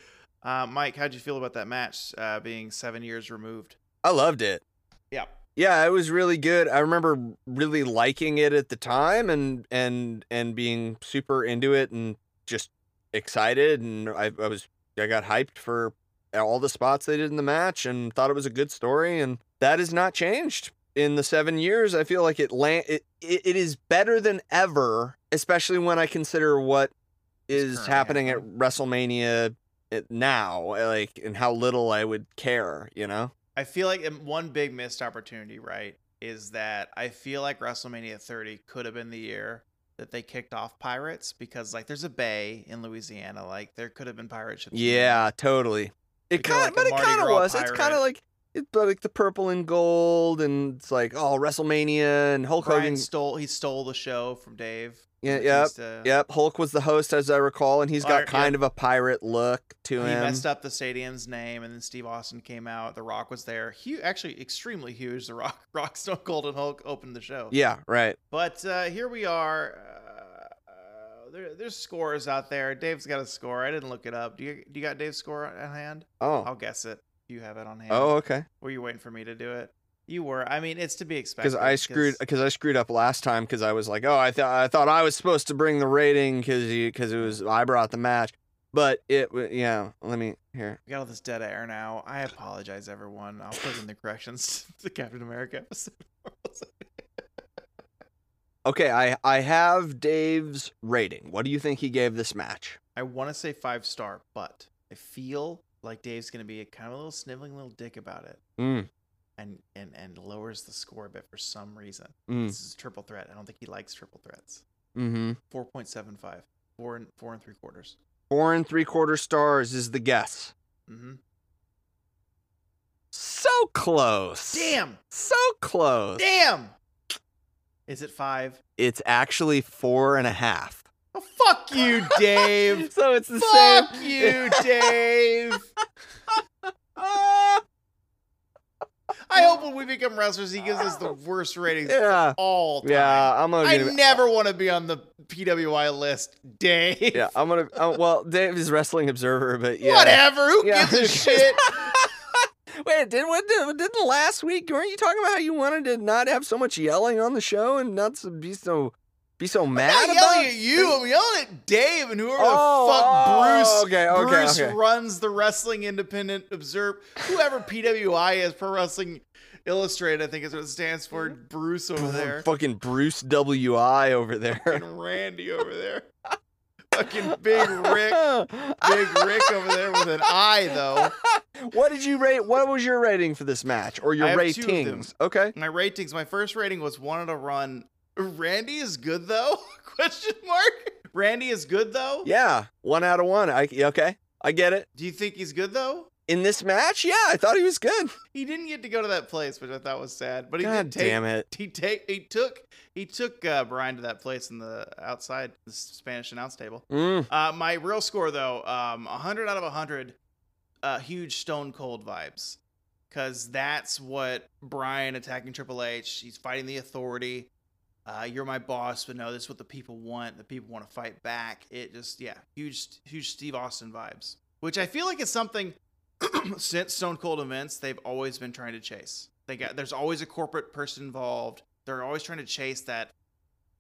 Speaker 1: Uh, Mike, how'd you feel about that match uh, being seven years removed?
Speaker 2: I loved it.
Speaker 1: Yeah.
Speaker 2: Yeah, it was really good. I remember really liking it at the time and and and being super into it and just excited and I, I was I got hyped for all the spots they did in the match and thought it was a good story and that has not changed in the 7 years. I feel like it land it, it, it is better than ever, especially when I consider what is
Speaker 1: currently
Speaker 2: happening at
Speaker 1: happening.
Speaker 2: WrestleMania it- now, eh, like and how little I would care, you know.
Speaker 1: I feel like um, one big missed opportunity, right, is that I feel like WrestleMania 30 could have been the year that they kicked off pirates because, like, there's a bay in Louisiana. Like, there could have been pirate ships. in there.
Speaker 2: Yeah, totally. It
Speaker 1: If you're
Speaker 2: kind,
Speaker 1: like a
Speaker 2: but it
Speaker 1: Mardi
Speaker 2: kind of
Speaker 1: Gras
Speaker 2: was. It's kind
Speaker 1: pirate.
Speaker 2: of like it's but like the purple and gold, and it's like oh WrestleMania and Hulk
Speaker 1: Bryan
Speaker 2: Hogan.
Speaker 1: stole he stole the show from Dave.
Speaker 2: Yeah, yep,
Speaker 1: Batista.
Speaker 2: yep. Hulk was the host, as I recall, and he's
Speaker 1: Pirate,
Speaker 2: got kind
Speaker 1: yep.
Speaker 2: of a pirate look to
Speaker 1: He
Speaker 2: him.
Speaker 1: messed up the stadium's name, and then Steve Austin came out. The Rock was there. Huge, actually, extremely huge. The Rock, Rock, Stone Cold, and Hulk opened the show.
Speaker 2: Yeah, right.
Speaker 1: But uh, here we are. Uh, uh, there, there's scores out there. Dave's got a score. I didn't look it up. Do you? Do you got Dave's score on hand? I'll
Speaker 2: Oh,
Speaker 1: guess it. Do you have it on hand?
Speaker 2: oh, okay.
Speaker 1: Were you waiting for me to do it? You were. I mean, it's to be expected.
Speaker 2: Because I screwed because I screwed up last time because I was like, oh, I thought I thought I was supposed to bring the rating because because it was I brought the match, but it w- yeah. Let me here.
Speaker 1: We got all this dead air now. I apologize, everyone. I'll put in the corrections to the Captain America episode.
Speaker 2: Okay, I I have Dave's rating. What do you think he gave this match?
Speaker 1: I want to say five star, but I feel like Dave's gonna be a kind of a little sniveling little dick about it,
Speaker 2: Mm,
Speaker 1: and and and lowers the score a bit for some reason.
Speaker 2: mm,
Speaker 1: This is a triple threat. I don't think he likes triple threats.
Speaker 2: mm-hmm.
Speaker 1: Four point seven five. Four and four and three quarters.
Speaker 2: Four and three quarter stars is the guess.
Speaker 1: Mm-hmm.
Speaker 2: So close.
Speaker 1: Damn!
Speaker 2: So close.
Speaker 1: Damn! Is it five?
Speaker 2: It's actually four and a half.
Speaker 1: Oh, fuck you, Dave!
Speaker 2: so it's the same.
Speaker 1: fuck you, Dave!
Speaker 2: Ah,
Speaker 1: I hope when we become wrestlers, he gives us the worst ratings of
Speaker 2: yeah.
Speaker 1: all time.
Speaker 2: Yeah. I'm gonna.
Speaker 1: I
Speaker 2: give it-
Speaker 1: never want to be on the PWI list, Dave.
Speaker 2: yeah. I'm gonna. oh, well, Dave is wrestling observer, but yeah.
Speaker 1: Whatever. Who
Speaker 2: Yeah.
Speaker 1: gives a shit?
Speaker 2: Wait, didn't what did, didn't last week? Weren't you talking about how you wanted to not have so much yelling on the show and not to be so be so mad
Speaker 1: I'm
Speaker 2: about
Speaker 1: not yelling
Speaker 2: it?
Speaker 1: at you. I'm yelling at Dave and whoever
Speaker 2: Oh, oh,
Speaker 1: the fuck Bruce.
Speaker 2: okay, okay,
Speaker 1: Bruce
Speaker 2: okay.
Speaker 1: runs the Wrestling Independent Observe. Whoever PWI is, Pro Wrestling Illustrated, I think is what it stands for. Bruce over there.
Speaker 2: Fucking Bruce WI over there.
Speaker 1: Fucking Randy over there. Fucking Big Rick. Big Rick over there with an eye, though.
Speaker 2: what did you rate? What was your rating for this match or your
Speaker 1: I have two of them.
Speaker 2: ratings? Okay.
Speaker 1: My ratings, my first rating was one at a run Randy is good though? Question mark. Randy is good though.
Speaker 2: Yeah, one out of one. I okay, I get it.
Speaker 1: Do you think he's good though?
Speaker 2: In this match, yeah, I thought he was good.
Speaker 1: He didn't get to go to that place, which I thought was sad. But he
Speaker 2: God
Speaker 1: did take.
Speaker 2: damn it!
Speaker 1: He take. He took. He took uh, Brian to that place in the outside the Spanish announce table.
Speaker 2: Mm,
Speaker 1: Uh, my real score though, um, 100 out of 100, uh, huge Stone Cold vibes, because that's what Brian attacking Triple H. He's fighting the authority. Uh, you're my boss, but no, this is what the people want. The people want to fight back. It just, yeah, huge, huge Steve Austin vibes, which I feel like is something since Stone Cold events they've always been trying to chase. They got there's always a corporate person involved. They're always trying to chase that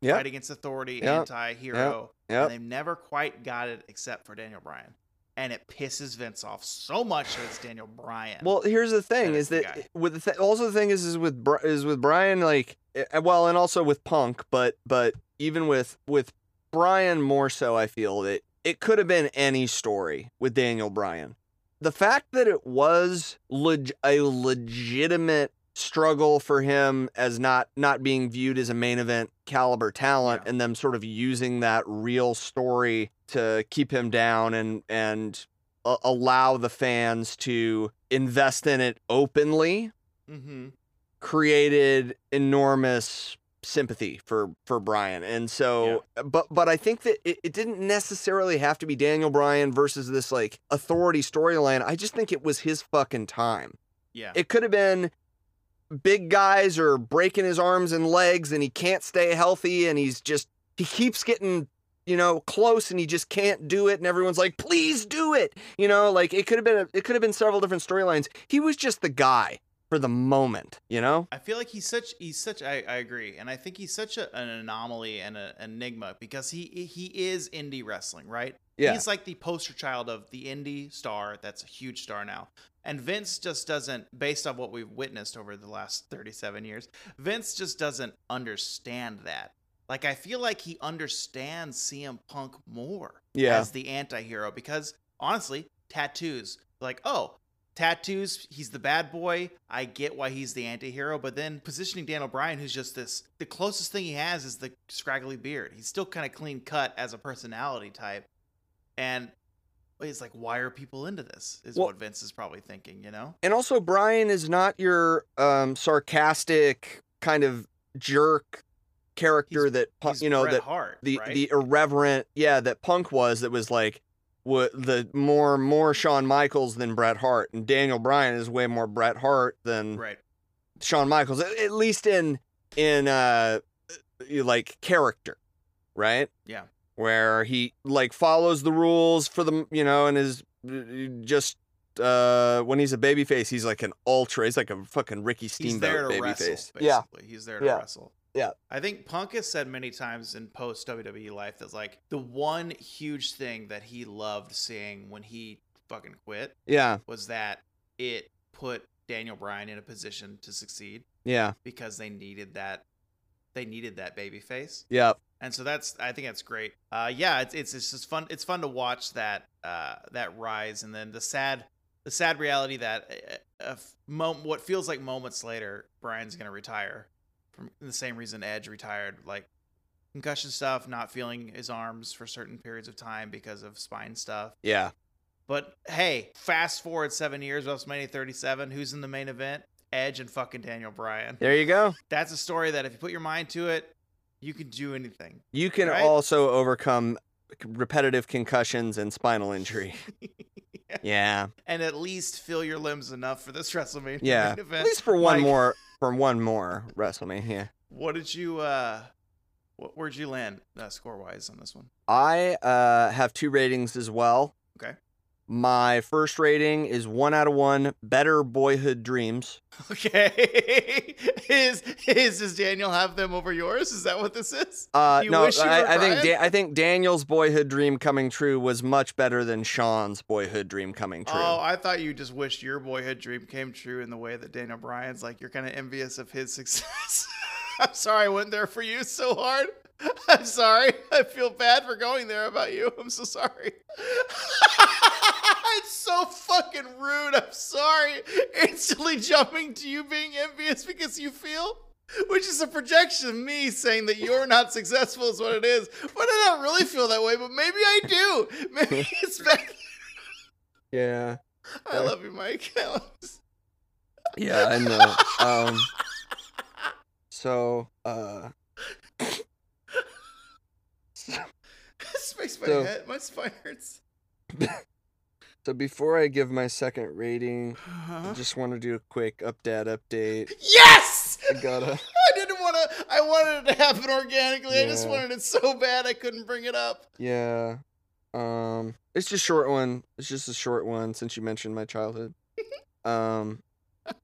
Speaker 2: Yep.
Speaker 1: fight against authority,
Speaker 2: Yep.
Speaker 1: anti-hero
Speaker 2: yep.
Speaker 1: and they've never quite got it except for Daniel Bryan. And it pisses Vince off so much that it's Daniel Bryan.
Speaker 2: Well, here's the thing:
Speaker 1: That
Speaker 2: is
Speaker 1: is the
Speaker 2: that
Speaker 1: guy.
Speaker 2: with the th- also the thing is is with Bri- is with Brian like eh, well, and also with Punk, but but even with with Brian more so, I feel that it could have been any story with Daniel Bryan. The fact that it was leg- a legitimate struggle for him as not not being viewed as a main event caliber talent
Speaker 1: Yeah.
Speaker 2: and them sort of using that real story to keep him down and and a- allow the fans to invest in it openly
Speaker 1: mm-hmm.
Speaker 2: created enormous sympathy for for Brian. And so but but I think that it, it didn't necessarily have to be Daniel Bryan versus this like authority storyline. I just think it was his fucking time.
Speaker 1: yeah,
Speaker 2: It could have been big guys are breaking his arms and legs and he can't stay healthy and he's just he keeps getting you know close and he just can't do it and everyone's like please do it you know like it could have been a, it could have been several different storylines he was just the guy for the moment you know
Speaker 1: I feel like he's such he's such I, I agree, and I think he's such a, an anomaly and an enigma because he he is indie wrestling, right?
Speaker 2: Yeah.
Speaker 1: he's like the poster child of the indie star that's a huge star now. And Vince just doesn't, based on what we've witnessed over the last 37 years, Vince just doesn't understand that. Like I feel like he understands CM Punk more.
Speaker 2: Yeah.
Speaker 1: as the anti-hero because honestly tattoos like oh tattoos he's the bad boy i get why he's the anti-hero but then positioning dan o'brien who's just this the closest thing he has is the scraggly beard he's still kind of clean cut as a personality type and it's like why are people into this is
Speaker 2: Well-
Speaker 1: what vince is probably thinking you know
Speaker 2: And also, Brian is not your um, sarcastic kind of jerk character
Speaker 1: He's-
Speaker 2: that Punk-
Speaker 1: He's
Speaker 2: you know
Speaker 1: Bret
Speaker 2: that
Speaker 1: Hart,
Speaker 2: the
Speaker 1: right?
Speaker 2: the irreverent yeah that Punk was that was like what the more more Shawn Michaels than Bret Hart and Daniel Bryan is way more Bret Hart than
Speaker 1: right
Speaker 2: Shawn Michaels at, at least in in uh you like character, right?
Speaker 1: Yeah.
Speaker 2: Where he like follows the rules for the you know and is just uh when he's a babyface he's like an ultra he's like a fucking Ricky
Speaker 1: he's
Speaker 2: Steamboat
Speaker 1: there to wrestle
Speaker 2: babyface.
Speaker 1: basically he's there to
Speaker 2: Yeah.
Speaker 1: wrestle
Speaker 2: Yeah.
Speaker 1: i think punk has said many times in post wwe life that like the one huge thing that he loved seeing when he fucking quit
Speaker 2: Yeah.
Speaker 1: was that it put daniel bryan in a position to succeed
Speaker 2: Yeah.
Speaker 1: because they needed that they needed that baby face
Speaker 2: Yeah.
Speaker 1: and so that's I think that's great. Uh, yeah, it's, it's it's just fun. It's fun to watch that uh, that rise, and then the sad the sad reality that uh, uh, f- mom- what feels like moments later, Brian's gonna retire from the same reason Edge retired, like concussion stuff, not feeling his arms for certain periods of time because of spine stuff.
Speaker 2: Yeah.
Speaker 1: But hey, fast forward seven years, WrestleMania 37, who's in the main event? Edge and fucking Daniel Bryan.
Speaker 2: There you go.
Speaker 1: That's a story that if you put your mind to it, you can do anything.
Speaker 2: You can
Speaker 1: Right?
Speaker 2: also overcome repetitive concussions and spinal injury. yeah.
Speaker 1: and at least fill your limbs enough for this WrestleMania
Speaker 2: Yeah.
Speaker 1: main
Speaker 2: At
Speaker 1: event.
Speaker 2: least for one
Speaker 1: Mike,
Speaker 2: more for one more WrestleMania.
Speaker 1: What did you? uh wh- Where'd you land uh, score wise on this one?
Speaker 2: I uh, have two ratings as well.
Speaker 1: Okay.
Speaker 2: My first rating is one out of one better boyhood dreams.
Speaker 1: Okay, is is does Daniel have them over yours? Is that what this is?
Speaker 2: Uh,
Speaker 1: You
Speaker 2: no,
Speaker 1: wish you were
Speaker 2: I, I think
Speaker 1: Brian?
Speaker 2: da- I think Daniel's boyhood dream coming true was much better than Sean's boyhood dream coming true.
Speaker 1: Oh, I thought you just wished your boyhood dream came true in the way that Daniel Bryan's like you're kind of envious of his success. I'm sorry I went there for you so hard. I'm sorry. I feel bad for going there about you. I'm so sorry. it's so fucking rude. I'm sorry. Instantly jumping to you being envious because you feel Which is a projection of me saying that you're not successful is what it is. But I don't really feel that way, but maybe I do. Maybe it's back.
Speaker 2: Yeah.
Speaker 1: I love you, Mike. I love
Speaker 2: Yeah, I know. Um, so, uh,
Speaker 1: this makes my
Speaker 2: So-
Speaker 1: head, my spine hurts.
Speaker 2: so before I give my second rating, I just want to do a quick up dad update.
Speaker 1: Yes!
Speaker 2: I gotta.
Speaker 1: I didn't want to. I wanted it to happen organically. I just
Speaker 2: Yeah.
Speaker 1: wanted it so bad I couldn't bring it up.
Speaker 2: Yeah. Um it's just short one. It's just a short one since you mentioned my childhood. Um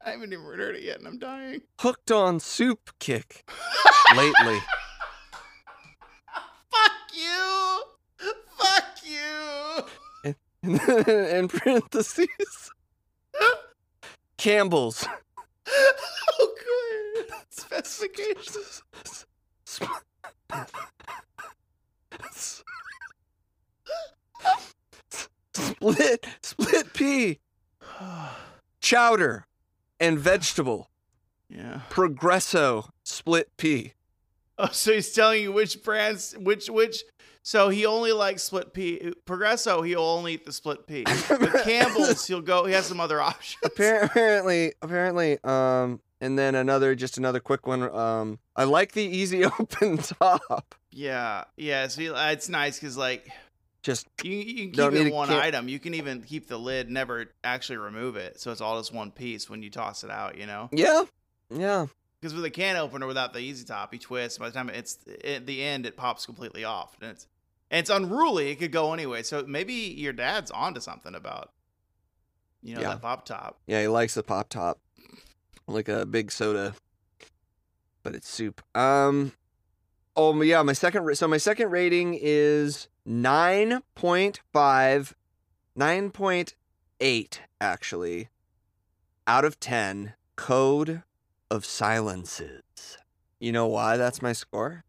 Speaker 1: I haven't even heard it yet, and I'm dying.
Speaker 2: hooked on soup kick lately.
Speaker 1: Fuck you! Fuck you!
Speaker 2: In parentheses. Campbell's
Speaker 1: Oh, good. Specification.
Speaker 2: split split pea chowder and vegetable
Speaker 1: yeah.
Speaker 2: progresso split pea.
Speaker 1: Oh, so he's telling you which brands, which which. So he only likes split pea. Progresso, he'll only eat the split pea. But Campbell's, he'll go. He has some other options.
Speaker 2: Appar- apparently apparently um and then another just another quick one um i like the easy open top
Speaker 1: Yeah, yeah. So he- it's nice because like
Speaker 2: just
Speaker 1: you, you can
Speaker 2: Don't
Speaker 1: keep
Speaker 2: need
Speaker 1: it
Speaker 2: to
Speaker 1: one
Speaker 2: keep-
Speaker 1: item. You can even keep the lid, never actually remove it. So it's all just one piece when you toss it out. You know,
Speaker 2: yeah yeah
Speaker 1: because with a can opener without the easy top, you twist. By the time it's at the end, it pops completely off, and it's and it's unruly. It could go anyway. So maybe your dad's onto something about you know
Speaker 2: Yeah.
Speaker 1: that pop top.
Speaker 2: yeah he likes the pop top like a big soda but it's soup um oh yeah my second ra- so my second rating is 9.5 9.8 actually out of 10 code of silences you know why that's my score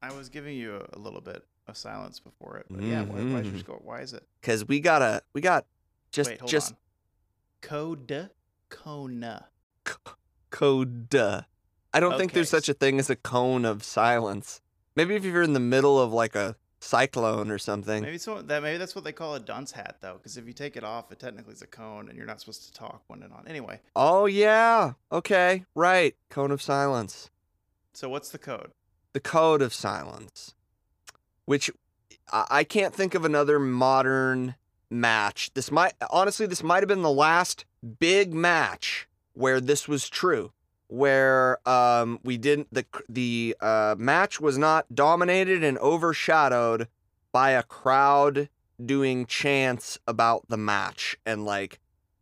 Speaker 1: I was giving you a- a little bit of silence before it, but yeah, why, why, is your
Speaker 2: Mhm.
Speaker 1: score, why is it?
Speaker 2: because we gotta we got just
Speaker 1: Wait, hold
Speaker 2: just
Speaker 1: on. Code Kona.
Speaker 2: code uh, i don't think there's
Speaker 1: Okay.
Speaker 2: such a thing as a cone of silence maybe if you're in the middle of like a cyclone or something
Speaker 1: Maybe so that maybe that's what they call a dunce hat though, because if you take it off, it technically is a cone, and you're not supposed to talk when it on. Anyway,
Speaker 2: oh yeah okay right cone of silence
Speaker 1: so what's the code?
Speaker 2: the code of silence which i, I can't think of another modern match this might honestly this might have been the last big match where this was true where um we didn't the the uh match was not dominated and overshadowed by a crowd doing chants about the match and like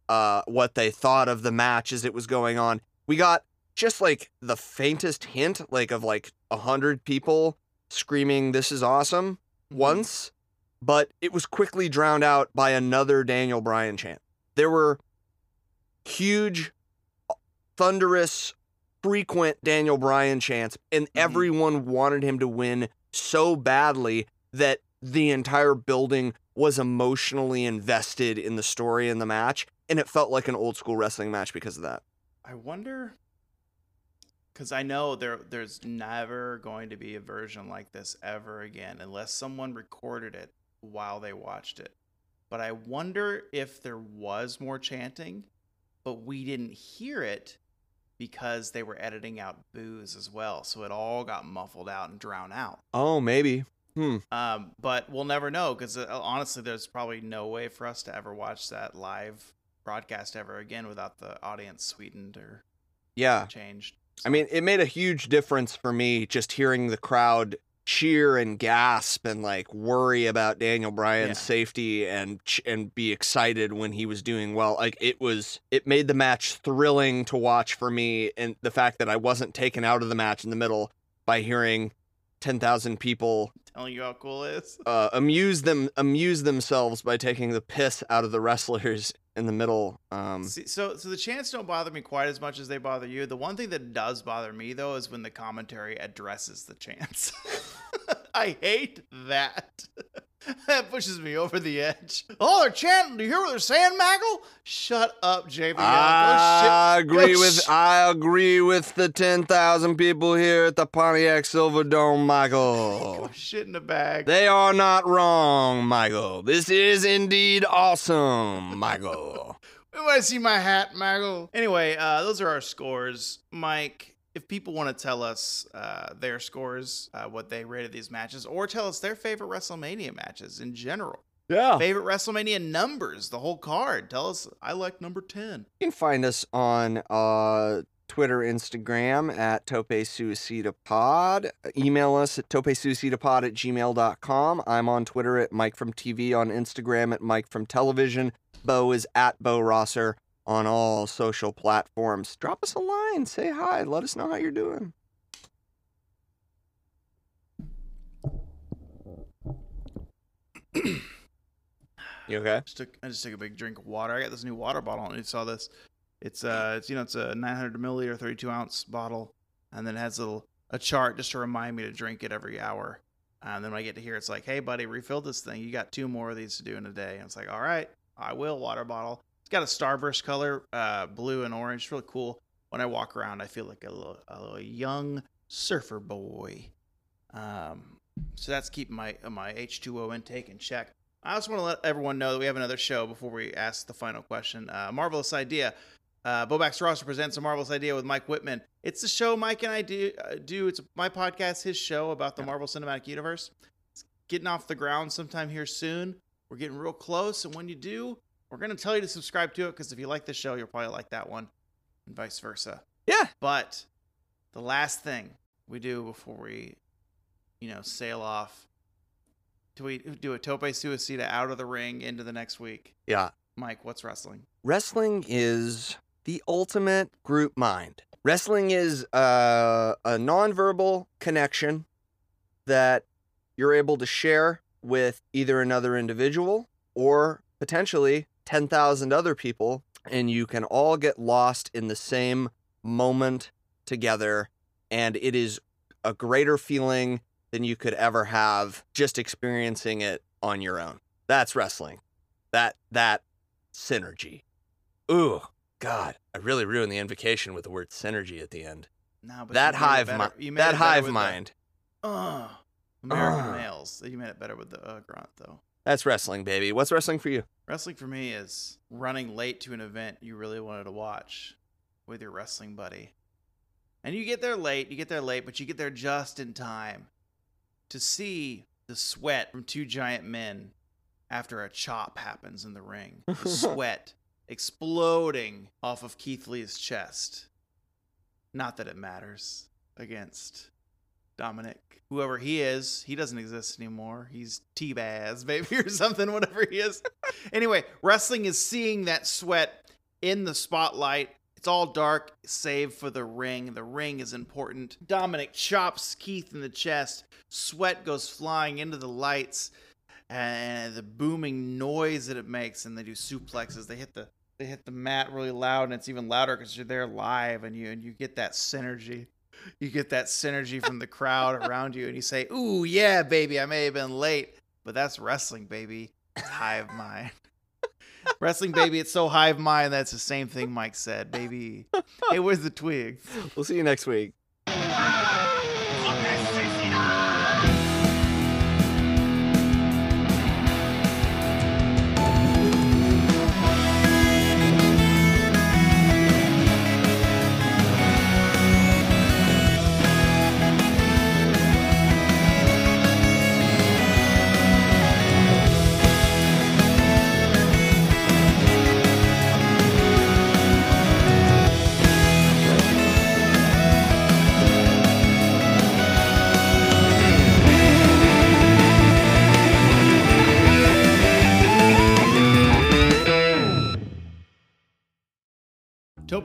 Speaker 2: uh what they thought of the match as it was going on we got just like the faintest hint like of like a hundred people screaming this is awesome once but it was quickly drowned out by another daniel bryan chant there were huge thunderous frequent daniel bryan chants and everyone wanted him to win so badly that the entire building was emotionally invested in the story and the match and it felt like an old school wrestling match because of that
Speaker 1: I wonder, because I know there there's never going to be a version like this ever again, unless someone recorded it while they watched it. But I wonder if there was more chanting, but we didn't hear it because they were editing out boos as well, so it all got muffled out and drowned out.
Speaker 2: oh maybe
Speaker 1: Um, but we'll never know because uh, honestly, there's probably no way for us to ever watch that live broadcast ever again without the audience sweetened or
Speaker 2: yeah
Speaker 1: changed.
Speaker 2: I mean, it made a huge difference for me just hearing the crowd cheer and gasp and like worry about Daniel Bryan's
Speaker 1: Yeah.
Speaker 2: safety and ch- and be excited when he was doing well. Like it was, it made the match thrilling to watch for me, and the fact that I wasn't taken out of the match in the middle by hearing ten thousand people
Speaker 1: telling you how cool it is.
Speaker 2: uh, amuse them amuse themselves by taking the piss out of the wrestlers in the middle. Um,
Speaker 1: See, so, so the chants don't bother me quite as much as they bother you. The one thing that does bother me though is when the commentary addresses the chants. I hate that. that pushes me over the edge. Oh, they're chanting. Do you hear what they're saying, Maggle? Shut up, JBL. Go
Speaker 2: I
Speaker 1: shit- go
Speaker 2: agree with
Speaker 1: sh-
Speaker 2: I agree with the ten thousand people here at the Pontiac Silverdome,
Speaker 1: go
Speaker 2: Michael.
Speaker 1: shit in the bag.
Speaker 2: They are not wrong, Michael. This is indeed awesome, Michael.
Speaker 1: We want to see my hat, Maggle. Anyway, uh, those are our scores. Mike, if people want to tell us uh, their scores, uh, what they rated these matches, or tell us their favorite WrestleMania matches in general,
Speaker 2: Yeah.
Speaker 1: favorite WrestleMania numbers, the whole card, tell us, I like number 10.
Speaker 2: You can find us on uh, Twitter, Instagram at topesuicidapod. Email us at topesuicidapod at gmail.com. I'm on Twitter at Mike from TV, on Instagram at Mike from Television. Bo is at Bo Rosser on all social platforms. Drop us a line, say hi, let us know how you're doing. you okay?
Speaker 1: just took I just took a big drink of water. I got this new water bottle, and you saw this. It's uh, it's you know, it's a 900 milliliter, 32 ounce bottle, and then it has a little a chart just to remind me to drink it every hour. And then when I get to here, it's like, hey, buddy, refill this thing. You got two more of these to do in a day. And it's like, all right, I will. Water bottle. It's got a starburst color, uh, blue and orange. It's really cool. When I walk around, I feel like a little, a little young surfer boy. Um, so that's keeping my my H2O intake in check. I also want to let everyone know that we have another show before we ask the final question. Uh, marvelous idea. Uh, Bobax Roster presents a marvelous idea with Mike Whitman. It's the show Mike and I do. Uh, do it's my podcast, his show about the Marvel Cinematic Universe. It's getting off the ground sometime here soon. We're getting real close, and when you do, we're gonna tell you to subscribe to it because if you like the show, you'll probably like that one, and vice versa.
Speaker 2: Yeah.
Speaker 1: But the last thing we do before we, you know, sail off, do we do a tope suicida out of the ring into the next week?
Speaker 2: Yeah.
Speaker 1: Mike, what's wrestling?
Speaker 2: wrestling is the ultimate group mind. Wrestling is uh, a nonverbal connection that you're able to share with either another individual or potentially 10,000 other people, and you can all get lost in the same moment together. And it is a greater feeling than you could ever have just experiencing it on your own. That's wrestling. That, that synergy. Ooh, God, I really ruined the invocation with the word synergy at the end.
Speaker 1: No, but
Speaker 2: that
Speaker 1: you made it
Speaker 2: hive
Speaker 1: better-
Speaker 2: mind,
Speaker 1: you made
Speaker 2: that
Speaker 1: it better
Speaker 2: hive
Speaker 1: with the,
Speaker 2: mind.
Speaker 1: Uh, American
Speaker 2: Ugh.
Speaker 1: males. You made it better with the uh, grunt though.
Speaker 2: That's wrestling, baby. What's wrestling for you?
Speaker 1: Wrestling for me is running late to an event you really wanted to watch with your wrestling buddy. And you get there late, you get there late, but you get there just in time to see the sweat from two giant men after a chop happens in the ring. The sweat exploding off of Keith Lee's chest. Not that it matters against Dominic. Whoever he is, he doesn't exist anymore. He's T-Baz, baby, or something, whatever he is. anyway, wrestling is seeing that sweat in the spotlight. It's all dark, save for the ring. The ring is important. Dominic chops Keith in the chest. Sweat goes flying into the lights, and the booming noise that it makes. And they do suplexes. They hit the they hit the mat really loud, and it's even louder because you're there live, and you and you get that synergy. You get that synergy from the crowd around you, and you say, "Ooh, yeah, baby, I may have been late, but that's wrestling, baby. It's hive mind." Wrestling baby, it's so hive mind. That's the same thing Mike said, baby. Hey, where's the twig?
Speaker 2: We'll see you next week.
Speaker 1: Tope